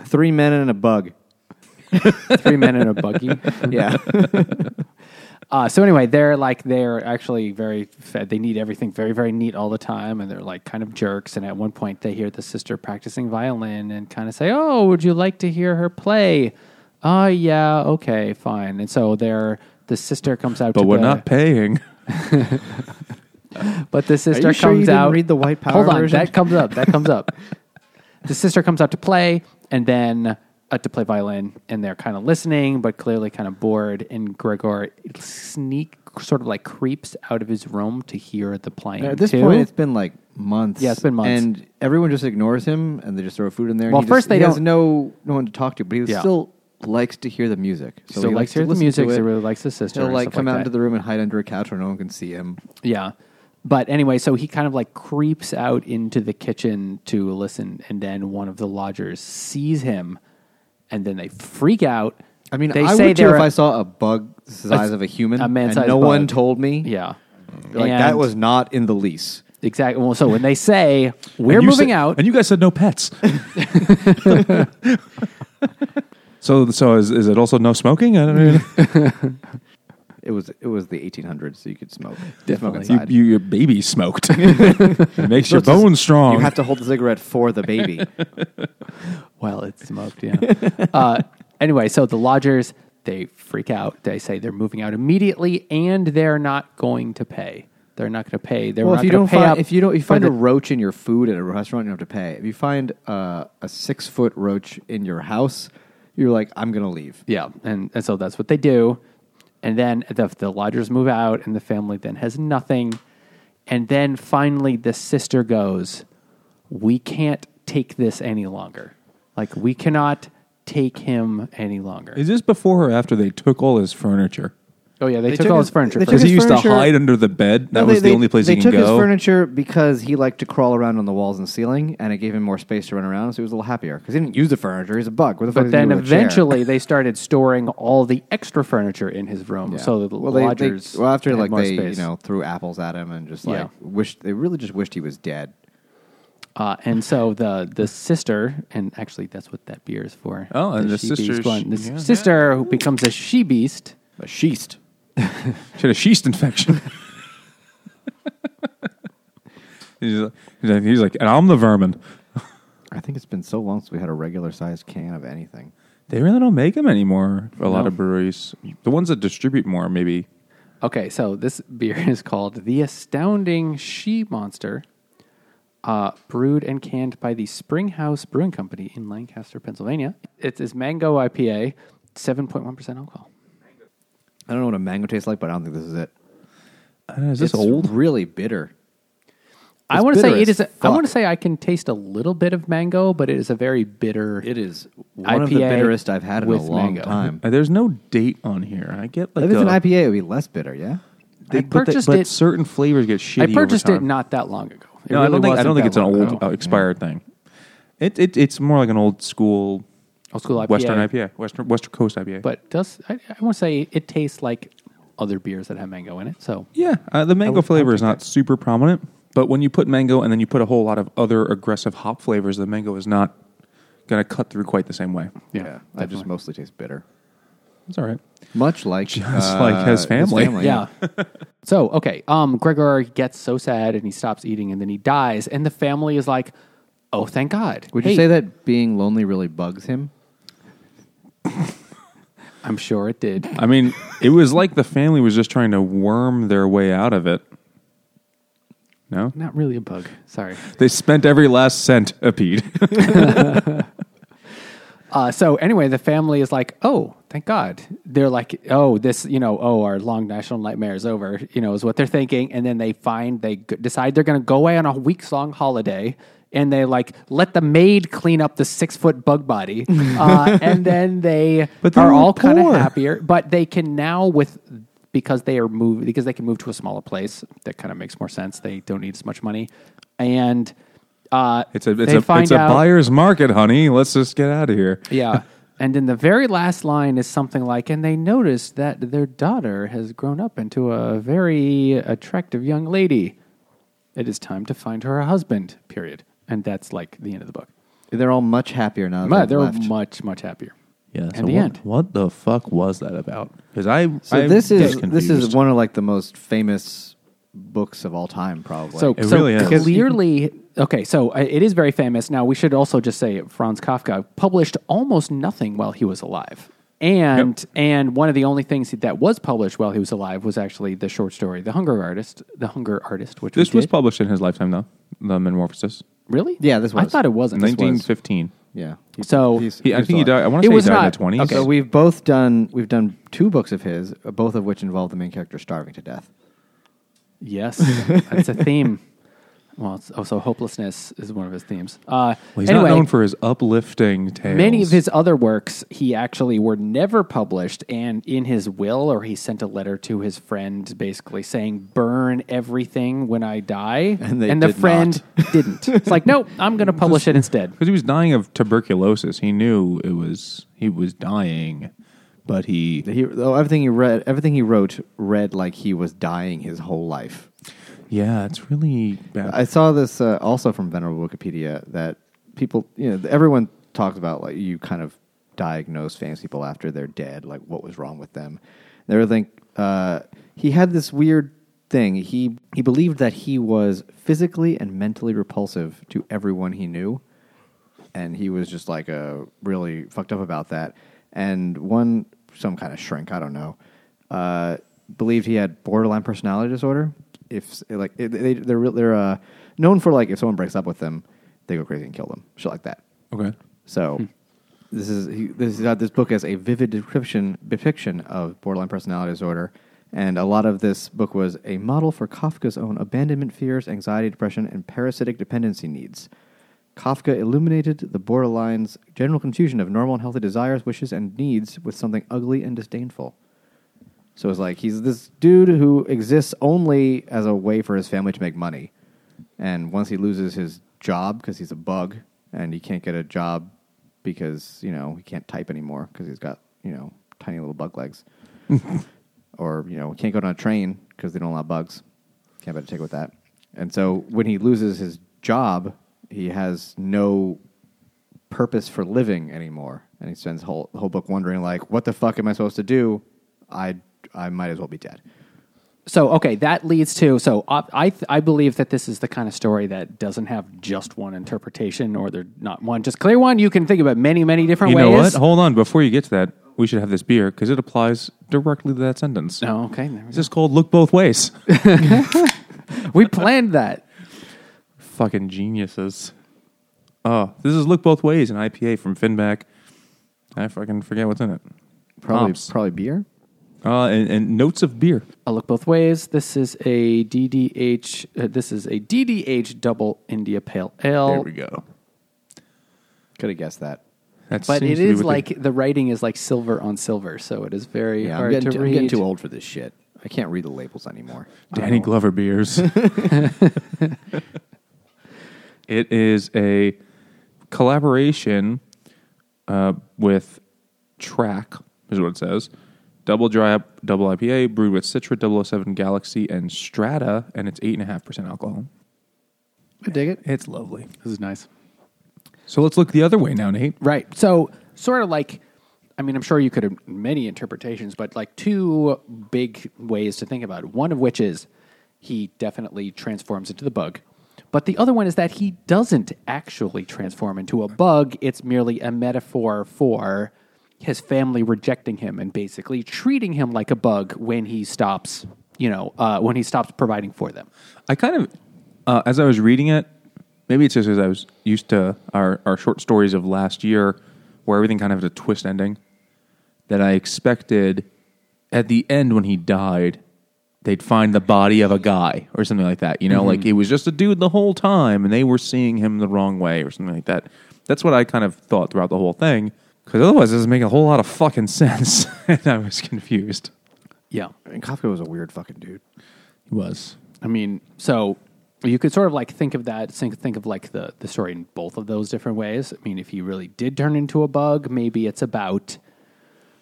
Speaker 3: Three men and a bug.
Speaker 1: three men in a buggy.
Speaker 3: Yeah. <laughs>
Speaker 1: Uh, so anyway, they're like they're actually very fed. They need everything very very neat all the time, and they're like kind of jerks. And at one point, they hear the sister practicing violin and kind of say, "Oh, would you like to hear her play?" Oh yeah, okay, fine. And so they're the sister comes out,
Speaker 2: But
Speaker 1: to
Speaker 2: we're
Speaker 1: the,
Speaker 2: not paying.
Speaker 1: But the sister
Speaker 3: you sure
Speaker 1: comes
Speaker 3: you didn't
Speaker 1: out.
Speaker 3: read the White Power
Speaker 1: Hold on,
Speaker 3: version?
Speaker 1: that comes up. That comes
Speaker 3: <laughs>
Speaker 1: up. the sister comes out to play, and then uh, to play violin, and they're kind of listening, but clearly kind of bored. And Gregor sneak sort of like creeps out of his room to hear the playing.
Speaker 3: At this
Speaker 1: too.
Speaker 3: point, it's been like months.
Speaker 1: Yeah, it's been months.
Speaker 3: and everyone just ignores him, and they just throw food in there. and
Speaker 1: Well,
Speaker 3: he
Speaker 1: first
Speaker 3: just,
Speaker 1: they
Speaker 3: he has
Speaker 1: don't-
Speaker 3: no no one to talk to, but he
Speaker 1: Yeah.
Speaker 3: still likes to hear the music. So
Speaker 1: Still
Speaker 3: he
Speaker 1: likes
Speaker 3: likes
Speaker 1: to hear the
Speaker 3: listen
Speaker 1: music,
Speaker 3: To
Speaker 1: so
Speaker 3: it.
Speaker 1: he really likes the sister
Speaker 3: He'll
Speaker 1: and
Speaker 3: like
Speaker 1: stuff
Speaker 3: come
Speaker 1: like
Speaker 3: out
Speaker 1: that.
Speaker 3: into the room and hide under a couch where no one can see him.
Speaker 1: Yeah. But anyway, so he kind of like creeps out into the kitchen to listen, and then one of the lodgers sees him, and then they freak out.
Speaker 3: I mean,
Speaker 1: they
Speaker 3: I
Speaker 1: say
Speaker 3: would too
Speaker 1: they're-
Speaker 3: if I saw a bug the size of a human,
Speaker 1: a man-sized
Speaker 3: and no
Speaker 1: bug.
Speaker 3: one told me.
Speaker 1: Yeah.
Speaker 3: like
Speaker 1: And-
Speaker 3: that was not in the lease.
Speaker 1: Exactly. Well, so when
Speaker 3: <laughs>
Speaker 1: they say we're
Speaker 2: And you
Speaker 1: moving
Speaker 2: said-
Speaker 1: out,
Speaker 2: and you guys said no pets. <laughs> so, so is, is it also no smoking? I don't
Speaker 3: <laughs>
Speaker 2: know.
Speaker 3: It was it was the 1800s, so you could smoke. smoke
Speaker 1: Definitely.
Speaker 2: You,
Speaker 3: inside.
Speaker 2: you, your baby
Speaker 3: <laughs>
Speaker 2: smoked. it makes your
Speaker 3: It's just-
Speaker 2: bones strong.
Speaker 3: You have to hold the cigarette for
Speaker 1: <laughs>
Speaker 3: the baby.
Speaker 1: well, it's smoked.
Speaker 3: <laughs>
Speaker 1: Yeah. uh, anyway, so the lodgers they freak out. They say they're moving out immediately, and they're not going to pay. They're not going to pay. They're
Speaker 3: well,
Speaker 1: not
Speaker 3: if you
Speaker 1: gonna
Speaker 3: don't
Speaker 1: pay up
Speaker 3: find, if you don't, you
Speaker 1: for
Speaker 3: find
Speaker 1: the-
Speaker 3: a roach in your food at a restaurant, you don't have to pay. If you find uh, a six foot roach in your house, you're like, I'm gonna leave.
Speaker 1: yeah, and, and so that's what they do. And then the, the lodgers move out, and the family then has nothing. And then finally, the sister goes, "We can't take this any longer. Like we cannot take him any longer."
Speaker 2: Is this before or after they took all his furniture?
Speaker 1: Oh yeah, they, took,
Speaker 3: took
Speaker 1: all
Speaker 3: his-
Speaker 1: his furniture.
Speaker 3: they
Speaker 1: first.
Speaker 2: Because
Speaker 3: took
Speaker 2: he
Speaker 3: his
Speaker 2: used to
Speaker 3: furniture-
Speaker 2: hide under the bed. That
Speaker 3: No,
Speaker 2: was
Speaker 3: they-
Speaker 2: the only place he
Speaker 3: they
Speaker 2: could go.
Speaker 3: took his furniture because he liked to crawl around on the walls and ceiling, and it gave him more space to run around, so he was a little happier because he didn't use the furniture. He's a bug. What the fuck?
Speaker 1: but
Speaker 3: is he
Speaker 1: then
Speaker 3: gonna do with a chair?
Speaker 1: eventually they started storing all the extra furniture in his room,
Speaker 3: Yeah.
Speaker 1: so the
Speaker 3: well, they- they-
Speaker 1: lodgers.
Speaker 3: well, after
Speaker 1: had
Speaker 3: like
Speaker 1: more
Speaker 3: they
Speaker 1: space.
Speaker 3: you know threw apples at him and just
Speaker 1: Yeah.
Speaker 3: like wished they really just wished he was dead.
Speaker 1: uh, and so the the sister, and actually that's what that beer is for.
Speaker 2: Oh, and the
Speaker 1: she
Speaker 2: sister
Speaker 1: beast
Speaker 2: sh-
Speaker 1: one. the
Speaker 2: yeah.
Speaker 1: sister who becomes a she beast.
Speaker 3: A sheast.
Speaker 2: She had a sheast infection. <laughs> he's, like, he's like, and I'm the vermin.
Speaker 3: I think it's been so long since we had a regular sized can of anything.
Speaker 2: They really don't make them anymore. for A lot of breweries, the ones that distribute more, maybe.
Speaker 1: Okay, so this beer <laughs> is called the astounding she monster. Uh, brewed and canned by the Springhouse Brewing Company in Lancaster, Pennsylvania. It is mango IPA, 7.1% alcohol.
Speaker 3: I don't know what a mango tastes like, but I don't think this is it.
Speaker 2: I don't know, is
Speaker 3: It's
Speaker 2: this old?
Speaker 3: Really bitter.
Speaker 1: I
Speaker 3: It's
Speaker 1: want to say
Speaker 3: bitter
Speaker 1: it
Speaker 3: as
Speaker 1: is. A, I
Speaker 3: fuck.
Speaker 1: want to say I can taste a little bit of mango, but it is a very bitter.
Speaker 3: It is one of the
Speaker 1: IPA
Speaker 3: bitterest I've had in a
Speaker 1: with
Speaker 3: long
Speaker 1: mango.
Speaker 3: time.
Speaker 2: Uh, There's no date on here. I get <laughs> like uh,
Speaker 3: If it's
Speaker 2: a-
Speaker 3: an IPA, it would be less bitter, yeah?
Speaker 2: They,
Speaker 1: I
Speaker 2: but they-
Speaker 1: purchased
Speaker 2: but
Speaker 1: it-
Speaker 2: certain flavors get shitty.
Speaker 1: I
Speaker 2: over
Speaker 1: purchased it
Speaker 2: time.
Speaker 1: not that long ago. It
Speaker 2: No, I
Speaker 1: really
Speaker 2: don't think. I
Speaker 1: wasn't
Speaker 2: don't think
Speaker 1: that
Speaker 2: it's an
Speaker 1: long
Speaker 2: old
Speaker 1: ago.
Speaker 2: uh, expired thing. It, it it's more like an old school,
Speaker 1: Old school IPA.
Speaker 2: Western IPA, Western Western Coast IPA.
Speaker 1: But does I, I want to say it tastes like other beers that have mango in it. So
Speaker 2: Yeah, uh, the mango
Speaker 1: would- I
Speaker 2: flavor
Speaker 1: would
Speaker 2: is not super prominent, but when you put mango and then you put a whole lot of other aggressive hop flavors, the mango is not going to cut through quite the same way.
Speaker 1: yeah,
Speaker 3: that just mostly tastes bitter.
Speaker 2: It's all right.
Speaker 3: Much like
Speaker 2: Just
Speaker 3: uh,
Speaker 2: like his family.
Speaker 1: yeah. <laughs> so okay, um, Gregor gets so sad and he stops eating and then he dies and the family is like, "Oh, thank God."
Speaker 3: Would
Speaker 1: Hey,
Speaker 3: you say that being lonely really bugs him?
Speaker 1: I'm sure it did.
Speaker 2: I mean, it was like the family was just trying to worm their way out of it. No?
Speaker 1: Not really a bug. Sorry.
Speaker 2: They spent every last cent a
Speaker 1: Uh, so anyway, the family is like, oh, thank God. They're like, oh, this, you know, oh, our long national nightmare is over, you know, is what they're thinking. And then they find, they g- decide they're going to go away on a weeks long holiday. And they like let the maid clean up the six foot bug
Speaker 2: <laughs>
Speaker 1: body. Uh, and then they
Speaker 2: But they
Speaker 1: are
Speaker 2: were
Speaker 1: all kind of
Speaker 2: poor.
Speaker 1: happier. But they can now, with because they are move because they can move to a smaller place, that kind of makes more sense. They don't need as much money. And uh,
Speaker 2: <laughs> It's a it's
Speaker 1: they
Speaker 2: a
Speaker 1: find
Speaker 2: it's a
Speaker 1: out-
Speaker 2: buyer's market, honey. Let's just get out of here.
Speaker 1: yeah. <laughs> And then the very last line is something like, and they noticed that their daughter has grown up into a very attractive young lady. It is time to find her a husband, period. And that's like the end of the book.
Speaker 3: They're all much happier now.
Speaker 1: But
Speaker 3: That
Speaker 1: they're
Speaker 3: they're left.
Speaker 1: much, much happier.
Speaker 2: Yeah.
Speaker 1: At the
Speaker 2: what,
Speaker 1: end.
Speaker 2: what the fuck was that about? Because I
Speaker 3: so
Speaker 2: I
Speaker 3: this
Speaker 2: get
Speaker 3: is this is
Speaker 2: confused.
Speaker 3: one of like the most famous books of all time, probably.
Speaker 1: So,
Speaker 2: It
Speaker 1: so
Speaker 2: really is. Because you
Speaker 1: clearly, okay, so uh, it is very famous. Now, we should also just say Franz Kafka published almost nothing while he was alive. And and one of the only things that was published while he was alive was actually the short story, The Hunger Artist, The Hunger Artist, which we
Speaker 2: This was
Speaker 1: did.
Speaker 2: published in his lifetime, though. The Metamorphosis,
Speaker 1: really
Speaker 3: Yeah, this
Speaker 1: I
Speaker 3: was.
Speaker 1: thought it wasn't. This was-
Speaker 2: 1915.
Speaker 3: yeah.
Speaker 1: So-
Speaker 2: He, I
Speaker 3: he's
Speaker 2: think he
Speaker 3: alive.
Speaker 2: died. I want
Speaker 1: It
Speaker 2: to say he
Speaker 1: was
Speaker 2: died in
Speaker 1: not-
Speaker 2: the 20s.
Speaker 1: okay.
Speaker 3: So we've both done we've done two books of his, uh, both of which involve the main character starving to death.
Speaker 1: Yes, that's a
Speaker 2: <laughs>
Speaker 1: theme. Well, it's, oh, so hopelessness is one of his themes. Uh,
Speaker 2: Well, he's
Speaker 1: anyway,
Speaker 2: not known for his uplifting tales.
Speaker 1: Many of his other works he actually were never published, and in his will, or he sent a letter to his friend basically saying, Burn everything when I die.
Speaker 3: And they
Speaker 1: the
Speaker 3: did
Speaker 1: friend didn't. It's like, Nope, I'm
Speaker 2: <laughs>
Speaker 1: going to publish it instead.
Speaker 2: because he was dying of tuberculosis. He knew it was he was dying, but he
Speaker 3: He, though everything he read, everything he wrote, read like he was dying his whole life.
Speaker 2: yeah, it's really bad.
Speaker 3: I saw this uh, also from venerable Wikipedia that people, you know, everyone talks about like you kind of diagnose famous people after they're dead, like what was wrong with them. They were think uh, he had this weird thing. He he believed that he was physically and mentally repulsive to everyone he knew, and he was just like uh, really fucked up about that. And one some kind of shrink, I don't know, uh, believed he had borderline personality disorder. If like it, they they're real- they're uh, known for like if someone breaks up with them, they go crazy and kill them, shit like that.
Speaker 2: okay,
Speaker 3: So this is he, this is uh, this book has a vivid description depiction of borderline personality disorder, and a lot of this book was a model for Kafka's own abandonment fears, anxiety, depression, and parasitic dependency needs. Kafka illuminated the borderline's general confusion of normal and healthy desires, wishes, and needs with something ugly and disdainful. So it's like he's this dude who exists only as a way for his family to make money. And once he loses his job because he's a bug and he can't get a job because, you know, he can't type anymore because he's got, you know, tiny little bug legs. or, you know, can't go on a train because they don't allow bugs. Can't better take with that. And so when he loses his job, he has no purpose for living anymore. And he spends the whole whole book wondering like, what the fuck am I supposed to do? I I might as well be dead.
Speaker 1: So okay, that leads to so op- I th- I believe that this is the kind of story that doesn't have just one interpretation or there not one just clear one. You can think about many many different
Speaker 2: you
Speaker 1: ways.
Speaker 2: know what? Hold on, before you get to that, we should have this beer because it applies directly to that sentence.
Speaker 1: Oh, okay, there we,
Speaker 2: It's just called "Look
Speaker 1: <laughs>
Speaker 2: Both Ways."
Speaker 1: go. we planned that.
Speaker 2: Fucking geniuses. Oh, this is "Look Both Ways," an IPA from Finback. I fucking forget what's in it.
Speaker 3: Probably
Speaker 2: Hops.
Speaker 3: probably beer.
Speaker 2: Uh, and, and notes of beer.
Speaker 1: I'll look both ways. This is a DDH. Uh, this is a DDH double India Pale Ale.
Speaker 2: There we go.
Speaker 3: Could have guessed that.
Speaker 2: That
Speaker 1: But
Speaker 2: seems
Speaker 1: it
Speaker 2: to be
Speaker 1: is
Speaker 2: what
Speaker 1: like
Speaker 2: the,
Speaker 1: the writing is like silver on silver, so it is very
Speaker 3: Yeah, I'm
Speaker 1: hard
Speaker 3: getting,
Speaker 1: to
Speaker 3: too, I'm
Speaker 1: read.
Speaker 3: getting too old for this shit. I can't read the labels anymore.
Speaker 2: Danny
Speaker 1: <laughs>
Speaker 2: Glover beers. it is a collaboration uh, with Track, is what it says. Double dry up, double IPA, brewed with Citra 007 Galaxy and Strata, and it's 8.5% alcohol.
Speaker 3: I dig it.
Speaker 2: It's lovely.
Speaker 1: This is nice,
Speaker 2: So let's look the other way now, Nate.
Speaker 1: right? So sort of like, I mean, I'm sure you could have many interpretations, but like two big ways to think about it. One of which is he definitely transforms into the bug. But the other one is that he doesn't actually transform into a bug. It's merely a metaphor for his family rejecting him and basically treating him like a bug when he stops, you know, uh, when he stops providing for them.
Speaker 2: I kind of, uh, as I was reading it, maybe it's just because I was used to our, our short stories of last year where everything kind of has a twist ending that I expected at the end when he died, they'd find the body of a guy or something like that. You know, like it was just a dude the whole time and they were seeing him the wrong way or something like that. That's what I kind of thought throughout the whole thing because otherwise it doesn't make a whole lot of fucking <laughs> sense. and I was confused.
Speaker 1: Yeah.
Speaker 3: I mean, Kafka was a weird fucking dude.
Speaker 2: He was.
Speaker 1: I mean, so you could sort of like think of that, think, think of like the, the story in both of those different ways. I mean, if he really did turn into a bug, maybe it's about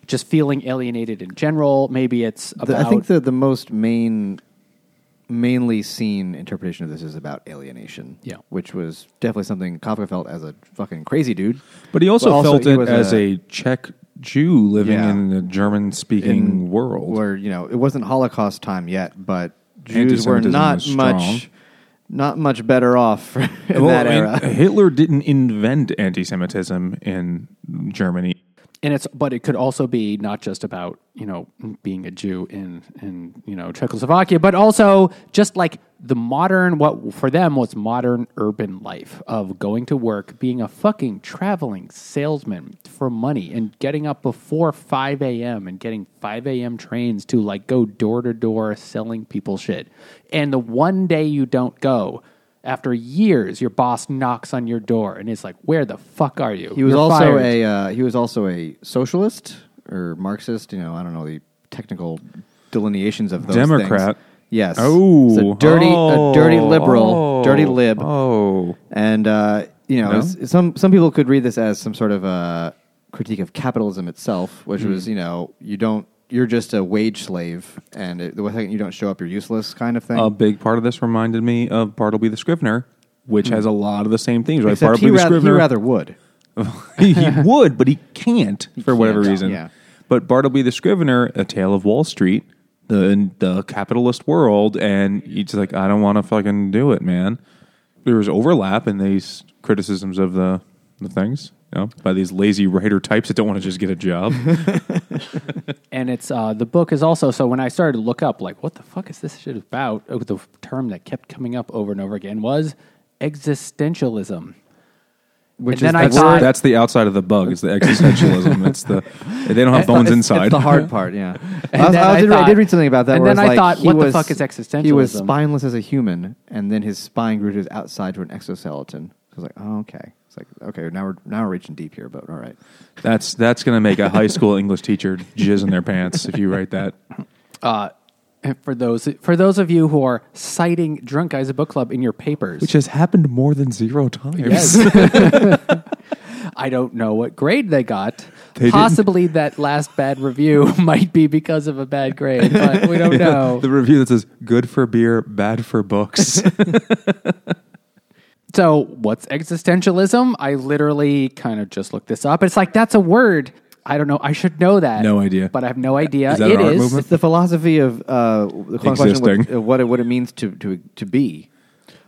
Speaker 1: just feeling alienated in general. Maybe it's about.
Speaker 3: The- I think the the most main, mainly seen interpretation of this is about alienation.
Speaker 1: Yeah.
Speaker 3: which was definitely something Kafka felt as a fucking crazy dude.
Speaker 2: But he also,
Speaker 3: But also
Speaker 2: felt
Speaker 3: he
Speaker 2: it
Speaker 3: was
Speaker 2: as
Speaker 3: a-
Speaker 2: a, Czech Jew living
Speaker 3: Yeah.
Speaker 2: in the German speaking world.
Speaker 3: where you know it wasn't Holocaust time yet, but Jews were
Speaker 2: Anti-Semitism
Speaker 3: not
Speaker 2: was strong.
Speaker 3: much, not much better off <laughs> in
Speaker 2: Well,
Speaker 3: that
Speaker 2: I mean,
Speaker 3: era. <laughs>
Speaker 2: Hitler didn't invent anti Semitism in Germany.
Speaker 1: and it's but it could also be not just about you know being a Jew in in you know Czechoslovakia, but also just like the modern what for them was modern urban life of going to work, being a fucking traveling salesman for money, and getting up before five a.m. and getting five a.m. trains to like go door to door selling people shit, and the one day you don't go. After years, your boss knocks on your door and is like, "Where the fuck are you?"
Speaker 3: He was
Speaker 1: You're
Speaker 3: also
Speaker 1: fired."
Speaker 3: a uh, he was also a socialist or Marxist. You know, I don't know the technical delineations of those.
Speaker 2: Democrat.
Speaker 3: Things. Yes.
Speaker 2: Oh.
Speaker 3: He's a dirty, a dirty
Speaker 2: Oh.
Speaker 3: liberal, dirty lib,
Speaker 2: Oh.
Speaker 3: and uh, you know,
Speaker 2: No?
Speaker 3: s- some some people could read this as some sort of uh, critique of capitalism itself,
Speaker 2: Hmm.
Speaker 3: which was you know, you don't, you're just a wage slave, and it, the second you don't show up, you're useless, kind of thing.
Speaker 2: A big part of this reminded me of Bartleby the Scrivener, which has a lot of the same things, right?
Speaker 3: Hmm. Except
Speaker 2: Bartleby
Speaker 3: he,
Speaker 2: the
Speaker 3: rather, he
Speaker 2: Scrivener.
Speaker 3: rather would.
Speaker 2: he, <laughs> he would, but he can't for whatever
Speaker 3: can't,
Speaker 2: reason.
Speaker 3: yeah.
Speaker 2: But Bartleby the Scrivener, A Tale of Wall Street, the the capitalist world, and he's like, I don't want to fucking do it, man. There was overlap in these criticisms of the the things you know, by these lazy writer types that don't want to just get a <laughs> job.
Speaker 1: and it's uh, the book is also so when i started to look up like what the fuck is this shit about oh, the term that kept coming up over and over again was existentialism
Speaker 3: Which
Speaker 1: And
Speaker 3: is
Speaker 1: then I
Speaker 2: that's,
Speaker 3: the
Speaker 1: thought-
Speaker 3: word-
Speaker 2: that's the outside of the bug. It's the <laughs> existentialism. it's the they don't have <laughs> bones
Speaker 3: It's-
Speaker 2: inside.
Speaker 3: It's the hard part, yeah.
Speaker 1: And then
Speaker 3: I, was- I
Speaker 1: I
Speaker 3: did, I
Speaker 1: thought-
Speaker 3: did read something about that.
Speaker 1: and
Speaker 3: where
Speaker 1: then
Speaker 3: it's
Speaker 1: I thought,
Speaker 3: like he
Speaker 1: what the
Speaker 3: was-
Speaker 1: fuck is
Speaker 3: He was
Speaker 1: existentialism?
Speaker 3: spineless as a human, and then his spine grew to his outside to an exoskeleton. So I was like, oh, okay. It's like, okay, now we're now we're reaching deep here, but all right.
Speaker 2: That's that's going to make a high school English teacher jizz in their pants if you write that.
Speaker 1: uh, and for those for those of you who are citing drunk guys at book club in your papers
Speaker 2: Which has happened more than zero times.
Speaker 1: i don't know what grade they got
Speaker 2: They didn't.
Speaker 1: possibly that last bad review <laughs> might be because of a bad grade but we don't know
Speaker 2: the review that says good for beer, bad
Speaker 1: <laughs>
Speaker 2: for books.
Speaker 1: So, what's existentialism? I literally kind of just looked this up. It's like that's a word. I don't know. I should know that.
Speaker 2: No idea.
Speaker 1: But I have no idea.
Speaker 2: Is that
Speaker 1: It
Speaker 2: an art
Speaker 1: is-
Speaker 2: movement?
Speaker 3: It's the philosophy of uh, the question what,
Speaker 2: Existing.
Speaker 3: uh, what it, what it means to to to be.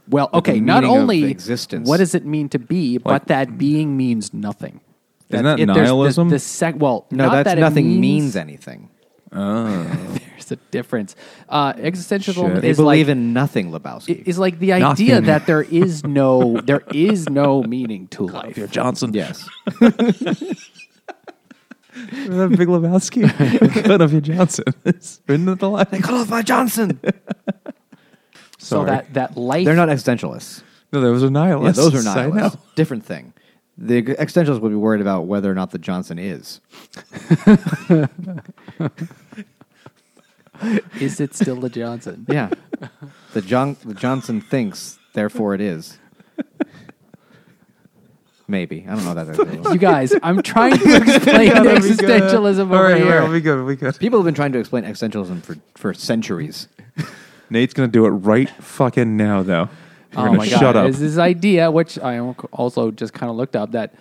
Speaker 1: Well, okay.
Speaker 3: the
Speaker 1: not
Speaker 3: meaning of
Speaker 1: only
Speaker 3: existence.
Speaker 1: what does it mean to be, but that being means nothing.
Speaker 2: Isn't that
Speaker 1: it- there's the-
Speaker 2: nihilism?
Speaker 1: The, sec, well,
Speaker 3: No,
Speaker 1: not
Speaker 3: that's
Speaker 1: that it
Speaker 3: nothing means,
Speaker 1: means,
Speaker 3: anything.
Speaker 1: <laughs> There's a difference. Uh, existentialism
Speaker 2: Shit.
Speaker 3: They
Speaker 1: is
Speaker 3: believe
Speaker 1: like
Speaker 3: in nothing, Lebowski.
Speaker 1: is like the idea
Speaker 2: Nothing.
Speaker 1: that there is no there is no meaning to
Speaker 3: <laughs>
Speaker 1: life.
Speaker 2: Johnson.
Speaker 3: yes.
Speaker 2: Big
Speaker 1: <laughs>
Speaker 2: Lebowski. Cut off your Johnson. Isn't it the line?
Speaker 3: They call off my Johnson.
Speaker 1: So that that life
Speaker 3: <laughs> They're not existentialists.
Speaker 2: No, there was a
Speaker 3: Yeah,
Speaker 2: nihilist.
Speaker 3: those are
Speaker 2: I know.
Speaker 3: nihilists. Different thing. The existentialists would be worried about whether or not the Johnson is.
Speaker 1: is it still a Johnson?
Speaker 3: Yeah. the, John, the Johnson thinks, therefore it is. Maybe. I don't know that.
Speaker 1: You guys, I'm trying
Speaker 2: <laughs>
Speaker 1: to <laughs> explain existentialism over here.
Speaker 2: we good. We good.
Speaker 3: People have been trying to explain existentialism for, for centuries.
Speaker 2: Nate's gonna do it right fucking now, though. You're
Speaker 1: oh
Speaker 2: gonna
Speaker 1: my
Speaker 2: shut
Speaker 1: god!
Speaker 2: up.
Speaker 1: Is this idea, which I al- also just kind of looked up,
Speaker 2: <laughs>
Speaker 1: that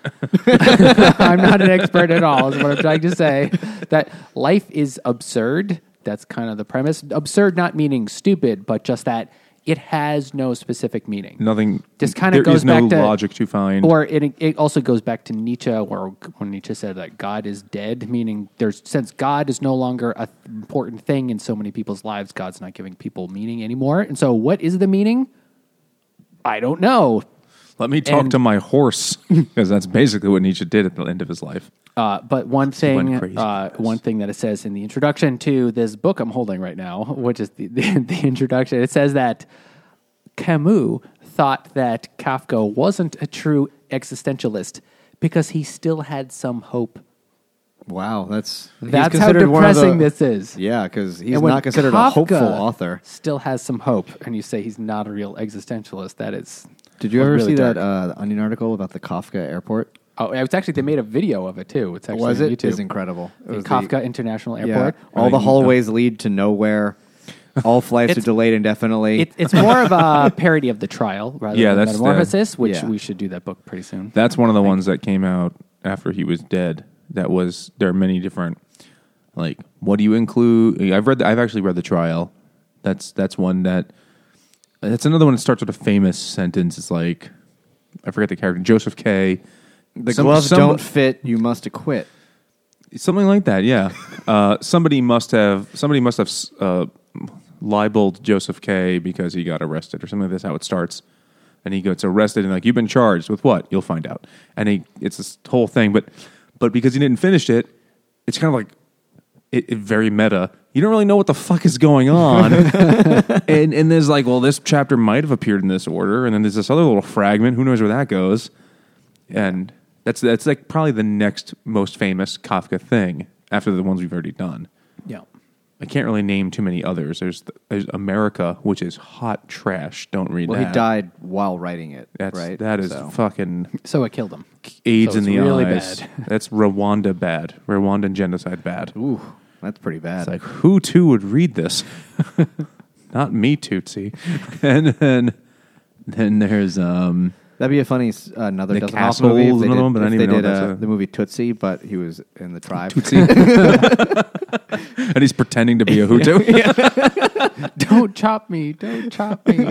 Speaker 1: I'm not an expert at all, is what I'm trying to say. That life is absurd. That's kind of the premise. Absurd, not meaning stupid, but just that it has no specific meaning.
Speaker 2: Nothing.
Speaker 1: just kind of
Speaker 2: there
Speaker 1: goes
Speaker 2: is no
Speaker 1: back to
Speaker 2: logic to find.
Speaker 1: or it it also goes back to Nietzsche, where when Nietzsche said that God is dead, meaning there's since God is no longer a th- important thing in so many people's lives, God's not giving people meaning anymore, and so what is the meaning? I don't know.
Speaker 2: Let me talk
Speaker 1: And-
Speaker 2: to my
Speaker 1: <laughs>
Speaker 2: horse, because that's basically what Nietzsche did at the end of his life.
Speaker 1: Uh, but one
Speaker 2: went
Speaker 1: thing,
Speaker 2: crazy.
Speaker 1: uh, one thing that it says in the introduction to this book I'm holding right now, <laughs> which is the, the, the introduction, it says that Camus thought that Kafka wasn't a true existentialist because he still had some hope.
Speaker 3: Wow, that's he's
Speaker 1: That's how
Speaker 3: considered one of the-
Speaker 1: depressing this is.
Speaker 3: Yeah, because he's
Speaker 1: And when
Speaker 3: not considered a
Speaker 1: Kafka
Speaker 3: hopeful author.
Speaker 1: Still has some hope, and you say he's not a real existentialist. That is.
Speaker 3: Did you
Speaker 1: was
Speaker 3: ever
Speaker 1: really
Speaker 3: see that
Speaker 1: dark.
Speaker 3: uh, the Onion article about the Kafka airport?
Speaker 1: Oh, it's actually they made a video of it too. It's actually
Speaker 3: was
Speaker 1: on
Speaker 3: it?
Speaker 1: YouTube.
Speaker 3: It's incredible. It
Speaker 1: In
Speaker 3: was the-
Speaker 1: Kafka International
Speaker 3: yeah, uh,
Speaker 1: Airport.
Speaker 3: all the
Speaker 2: Right.
Speaker 3: hallways lead to nowhere. All flights are
Speaker 1: It's-
Speaker 3: delayed indefinitely.
Speaker 1: It, it's more of <laughs> a parody of the trial rather
Speaker 2: Yeah,
Speaker 1: than
Speaker 2: that's the-
Speaker 1: metamorphosis, which
Speaker 3: yeah.
Speaker 1: we should do that book pretty soon.
Speaker 2: That's one of the ones that came out after he was dead. That was there are many different like what do you include? I've read. The, I've actually read the trial. That's that's one that that's another one that starts with a famous sentence. It's like I forget the character Joseph K.
Speaker 3: the
Speaker 2: Some-
Speaker 3: gloves
Speaker 2: some-
Speaker 3: don't fit. You must acquit.
Speaker 2: something like that. Yeah, uh, somebody must have somebody must have uh, libeled Joseph K because he got arrested or something. Like that's how it starts, and he gets arrested and like you've been charged with what? You'll find out. And he it's this whole thing, but but because he didn't finish it, it's kind of like it, it very meta. You don't really know what the fuck is going on, and and there's like, well, this chapter might have appeared in this order, and then there's this other little fragment. Who knows where that goes? and that's that's like probably the next most famous Kafka thing after the ones we've already done.
Speaker 1: Yeah.
Speaker 2: I can't really name too many others. There's there's America, which is hot trash. Don't read
Speaker 3: Well,
Speaker 2: that.
Speaker 3: he died while writing it.
Speaker 2: That's
Speaker 3: right.
Speaker 2: that is
Speaker 3: So- <laughs>
Speaker 2: fucking
Speaker 1: So it killed him.
Speaker 2: AIDS
Speaker 1: So
Speaker 2: in
Speaker 1: it's
Speaker 2: the
Speaker 1: really
Speaker 2: eyes.
Speaker 1: bad.
Speaker 2: That's Rwanda bad. Rwandan genocide bad.
Speaker 3: Ooh, that's pretty bad.
Speaker 2: It's like who too would read this? <laughs> Not me, Tootsie. <laughs> and then then there's um
Speaker 3: That'd be a funny s- another
Speaker 2: The
Speaker 3: Dustin
Speaker 2: Castle
Speaker 3: Hoffman movie. If
Speaker 2: is
Speaker 3: they
Speaker 2: another
Speaker 3: did,
Speaker 2: one, but I
Speaker 3: if
Speaker 2: didn't
Speaker 3: they
Speaker 2: even know
Speaker 3: did,
Speaker 2: that's
Speaker 3: uh,
Speaker 2: a-
Speaker 3: the movie Tootsie, but he was in the
Speaker 2: <laughs>
Speaker 3: tribe.
Speaker 2: Tootsie. and he's pretending to be a
Speaker 3: <laughs>
Speaker 2: Hutu.
Speaker 1: <laughs> Don't chop me. Don't chop me. <laughs>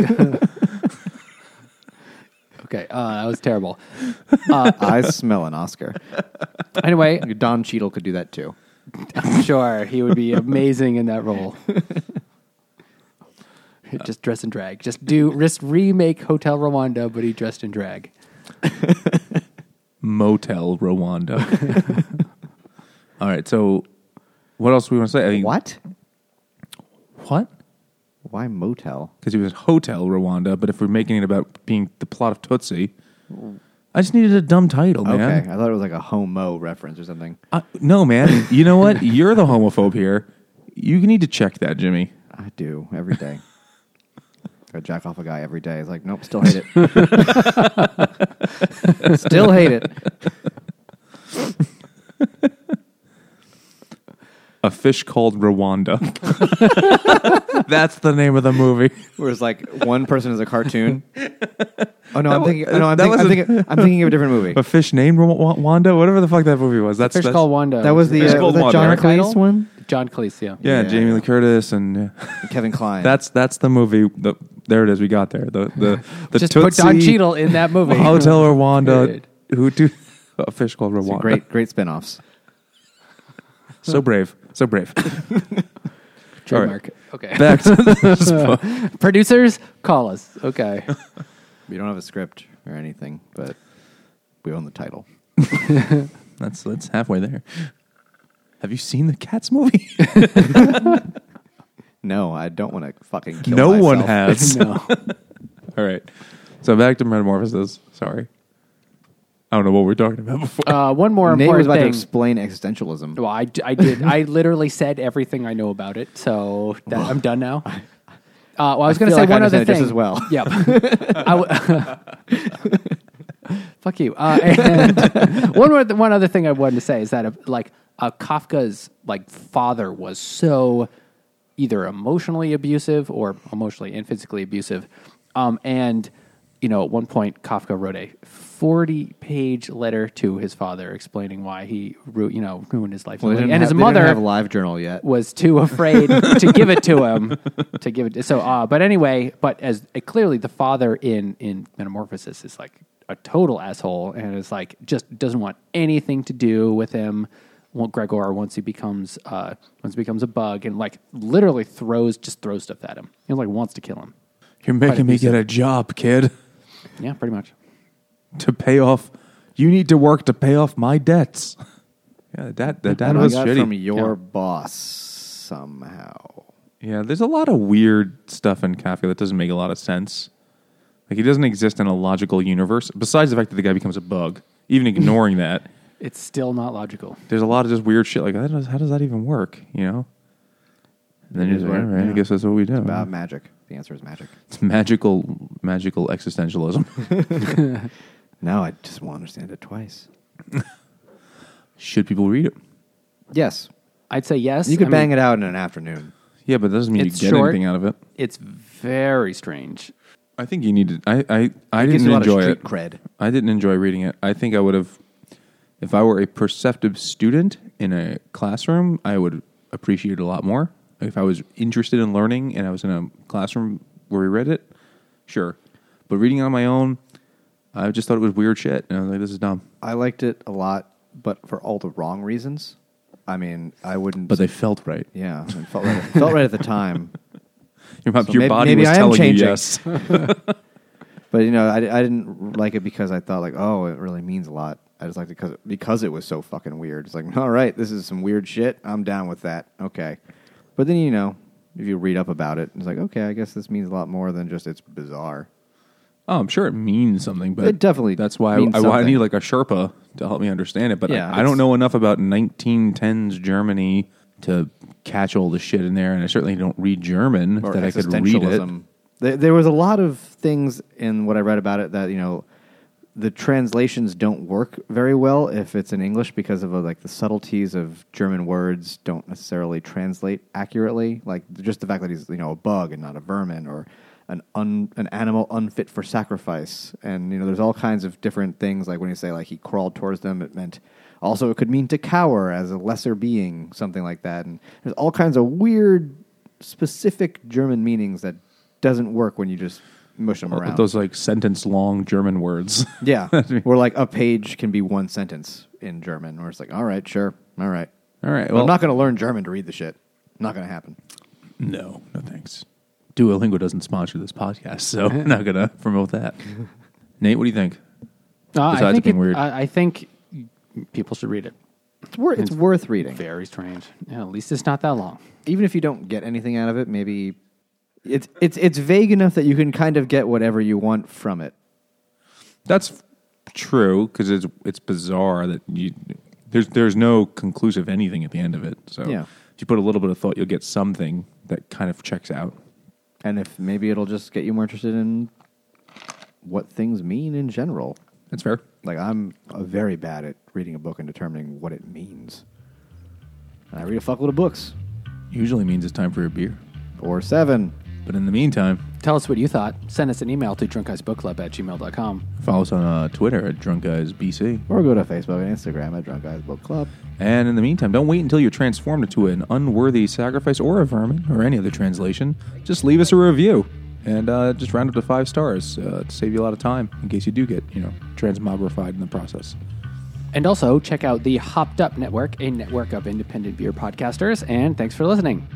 Speaker 1: okay. Uh, that was terrible.
Speaker 3: <laughs>
Speaker 1: <laughs>
Speaker 3: I smell
Speaker 2: <laughs>
Speaker 3: an Oscar.
Speaker 1: Anyway,
Speaker 3: Don Cheadle could do that too.
Speaker 1: I'm sure he would be amazing in that role. <laughs> just dress and drag. Just do just remake Hotel Rwanda, but he dressed in drag.
Speaker 2: Motel Rwanda. <laughs> All right, so what else do we want to say? I mean,
Speaker 3: What?
Speaker 2: What?
Speaker 3: Why motel?
Speaker 2: Because he was in Hotel Rwanda, but if we're making it about being the plot of Tootsie, I just needed a dumb title, man.
Speaker 3: Okay, I thought it was like a homo reference or something.
Speaker 2: I- no, man. You know what? You're the homophobe here. You need to check that, Jimmy.
Speaker 3: I do
Speaker 2: <laughs>
Speaker 3: every day. I jack off a guy every day. It's like, nope, still hate it.
Speaker 2: <laughs>
Speaker 3: still hate it. <laughs>
Speaker 2: A fish called Rwanda. <laughs> That's the name of the movie.
Speaker 3: Where it's like one person is
Speaker 2: <laughs>
Speaker 3: a cartoon. Oh no, I'm
Speaker 2: wa-
Speaker 3: thinking. Oh, no, I'm,
Speaker 2: that
Speaker 3: think, I'm,
Speaker 2: wasn't-
Speaker 3: thinking I'm thinking of a
Speaker 2: <laughs>
Speaker 3: different movie.
Speaker 2: A fish named Rw- Wa- Wanda, whatever the fuck that movie was. That's
Speaker 1: Fish
Speaker 2: that's-
Speaker 1: called Wanda.
Speaker 3: That was the
Speaker 2: It's
Speaker 3: uh, was
Speaker 2: called
Speaker 3: that
Speaker 2: Mob,
Speaker 3: John
Speaker 2: right?
Speaker 3: Cleese one.
Speaker 1: John Cleese. Yeah.
Speaker 2: Yeah,
Speaker 3: Yeah.
Speaker 2: Jamie Lee Curtis and
Speaker 3: Kevin Klein.
Speaker 2: That's that's the movie. The, there it is. We got there. The
Speaker 1: <laughs>
Speaker 2: the the
Speaker 1: just put Don
Speaker 2: Tootsie,
Speaker 1: Cheadle in that movie.
Speaker 2: <laughs> Hotel Rwanda.
Speaker 1: Period.
Speaker 2: Who do a fish called Rwanda?
Speaker 3: great, great spinoffs.
Speaker 2: <laughs> So brave.
Speaker 1: <laughs>
Speaker 2: So brave.
Speaker 1: Trademark. Okay.
Speaker 2: Back to <laughs> this book.
Speaker 1: Producers, call us. Okay.
Speaker 3: We don't have a script or anything, but we own the title.
Speaker 2: That's that's halfway there. Have you seen the
Speaker 1: <laughs>
Speaker 2: Cats movie?
Speaker 3: No, I don't want to fucking kill
Speaker 2: no one
Speaker 1: <laughs>
Speaker 3: myself.
Speaker 2: has.
Speaker 1: no.
Speaker 2: All right. So back to metamorphosis. Sorry. I don't know what we we're talking about before.
Speaker 1: Uh, one more
Speaker 3: Nate was
Speaker 1: important
Speaker 3: about to
Speaker 1: thing.
Speaker 3: explain existentialism.
Speaker 1: well, I, d- I did. I literally said everything I know about it, so that, I'm done
Speaker 3: <laughs>
Speaker 1: now. Uh, well, I was going to
Speaker 3: feel
Speaker 1: say
Speaker 3: like I
Speaker 1: one other
Speaker 3: understand it
Speaker 1: thing
Speaker 3: just as well. <laughs>
Speaker 1: Yeah. I w- Fuck you. Uh, and <laughs> one more, one other thing I wanted to say is that uh, like uh, Kafka's like father was so either emotionally abusive or emotionally and physically abusive, um, and you know at one point Kafka wrote a forty-page letter to his father explaining why he ru- you know ruined his life
Speaker 3: Well, they
Speaker 1: and
Speaker 3: didn't
Speaker 1: his
Speaker 3: have- they didn't
Speaker 1: mother
Speaker 3: have a live journal yet.
Speaker 1: was too afraid to give it to him to give it so uh but anyway but as uh, clearly the father in in metamorphosis is like a total asshole and is like just doesn't want anything to do with him won't gregor once he becomes uh once he becomes a bug and like literally throws just throws stuff at him he like wants to kill him
Speaker 2: You're making me get a job, kid.
Speaker 1: yeah pretty much
Speaker 2: to pay off. You need to work to pay off my debts. Yeah, that that, that
Speaker 3: And I
Speaker 2: was
Speaker 3: got
Speaker 2: shitty.
Speaker 3: from your
Speaker 1: Yeah.
Speaker 3: boss somehow.
Speaker 2: Yeah, there's a lot of weird stuff in Kafka that doesn't make a lot of sense. Like he doesn't exist in a logical universe. Besides the fact that the guy becomes a bug,
Speaker 3: <laughs>
Speaker 2: even ignoring that,
Speaker 1: It's still not logical.
Speaker 2: there's a lot of just weird shit. Like that does, how does that even work? You know. And then
Speaker 3: It
Speaker 2: you're
Speaker 3: is
Speaker 2: just like, all
Speaker 3: weird,
Speaker 2: right, I
Speaker 3: yeah.
Speaker 2: guess that's what we do.
Speaker 3: About magic. The answer is magic.
Speaker 2: It's magical, magical existentialism.
Speaker 3: Now I just won't understand it twice.
Speaker 2: <laughs> Should people read it?
Speaker 3: Yes.
Speaker 1: I'd say yes.
Speaker 3: You could bang it out in an afternoon.
Speaker 2: Yeah, but that doesn't mean
Speaker 1: It's
Speaker 2: you get
Speaker 1: short.
Speaker 2: anything out of it.
Speaker 1: It's very strange.
Speaker 2: I think you need to. I I, I didn't
Speaker 3: Gives you a lot
Speaker 2: enjoy
Speaker 3: of
Speaker 2: it.
Speaker 3: street cred.
Speaker 2: I didn't enjoy reading it. I think I would have, if I were a perceptive student in a classroom, I would appreciate it a lot more. If I was interested in learning and I was in a classroom where we read it, sure. But reading it on my own, I just thought it was weird shit, and I was like, "This is dumb."
Speaker 3: I liked it a lot, but for all the wrong reasons. I mean, I wouldn't.
Speaker 2: But they felt right.
Speaker 3: yeah, it felt right, felt right at the <laughs> time.
Speaker 2: Your,
Speaker 3: So
Speaker 2: your
Speaker 3: maybe-
Speaker 2: body
Speaker 3: maybe
Speaker 2: was
Speaker 3: I am
Speaker 2: telling you <laughs>
Speaker 3: changing.
Speaker 2: yes.
Speaker 3: But you know, I, I didn't like it because I thought like, oh, it really means a lot. I just liked it because because it was so fucking weird. It's like, <laughs> all right, this is some weird shit. I'm down with that. Okay, but then you know, if you read up about it, it's like, okay, I guess this means a lot more than just it's bizarre.
Speaker 2: Oh, I'm sure it means something, but
Speaker 3: It definitely
Speaker 2: that's why I,
Speaker 3: means
Speaker 2: I, I
Speaker 3: something.
Speaker 2: need like a Sherpa to help me understand it. But
Speaker 3: Yeah,
Speaker 2: I, I don't
Speaker 3: it's-
Speaker 2: know enough about 1910s Germany to catch all the shit in there, and I certainly don't read German
Speaker 3: Or
Speaker 2: that I could read it.
Speaker 3: existentialism. There, there was a lot of things in what I read about it that you know, the translations don't work very well if it's in English because of uh, like the subtleties of German words don't necessarily translate accurately. Like just the fact that he's you know a bug and not a vermin or an un, an animal unfit for sacrifice, and you know there's all kinds of different things. Like when you say like he crawled towards them, it meant. Also, it could mean to cower as a lesser being, something like that. And there's all kinds of weird specific German meanings that doesn't work when you just mush them around.
Speaker 2: Oh, Those like sentence long German words.
Speaker 3: <laughs>
Speaker 2: <laughs>
Speaker 3: yeah, where like a page can be one sentence in German, where it's like, all right, sure, all right.
Speaker 2: all right.
Speaker 3: But
Speaker 2: Well,
Speaker 3: I'm not going to learn German to read the shit. Not going to happen.
Speaker 2: No, no thanks. Duolingo doesn't sponsor this podcast,
Speaker 3: <laughs>
Speaker 2: so I'm not gonna promote that. Nate, what do you think?
Speaker 1: Uh, I
Speaker 2: Besides
Speaker 1: think
Speaker 2: being
Speaker 1: it-
Speaker 2: weird.
Speaker 1: I, I think people should read it.
Speaker 3: It's, wor-
Speaker 2: Mm.
Speaker 3: it's worth reading,
Speaker 1: Very strange. Yeah, at least it's not that long.
Speaker 3: even if you don't get anything out of it. Maybe it's it's it's vague enough that you can kind of get whatever you want from it.
Speaker 2: That's f- true because it's it's bizarre that you there's there's no conclusive anything at the end of it. So
Speaker 3: Yeah.
Speaker 2: if you put a little bit of thought, you'll get something that kind of checks out.
Speaker 3: And if maybe it'll just get you more interested in what things mean in general.
Speaker 2: That's fair.
Speaker 3: Like I'm uh, very bad at reading a book and determining what it means. And I read a fuckload of books,
Speaker 2: Usually means it's time for a beer,
Speaker 3: or seven.
Speaker 2: but in the meantime,
Speaker 1: Tell us what you thought. Send us an email to drunkguysbookclub at gmail.com.
Speaker 2: follow us on uh, Twitter at Drunk Guys BC.
Speaker 3: Or go to Facebook and Instagram at Drunk Guys Book Club.
Speaker 2: And in the meantime, don't wait until you're transformed into an unworthy sacrifice or a vermin or any other translation. Just leave us a review and uh, just round up to five stars uh, to save you a lot of time in case you do get you know transmogrified in the process.
Speaker 1: And also check out the Hopped Up Network, a network of independent beer podcasters. And thanks for listening.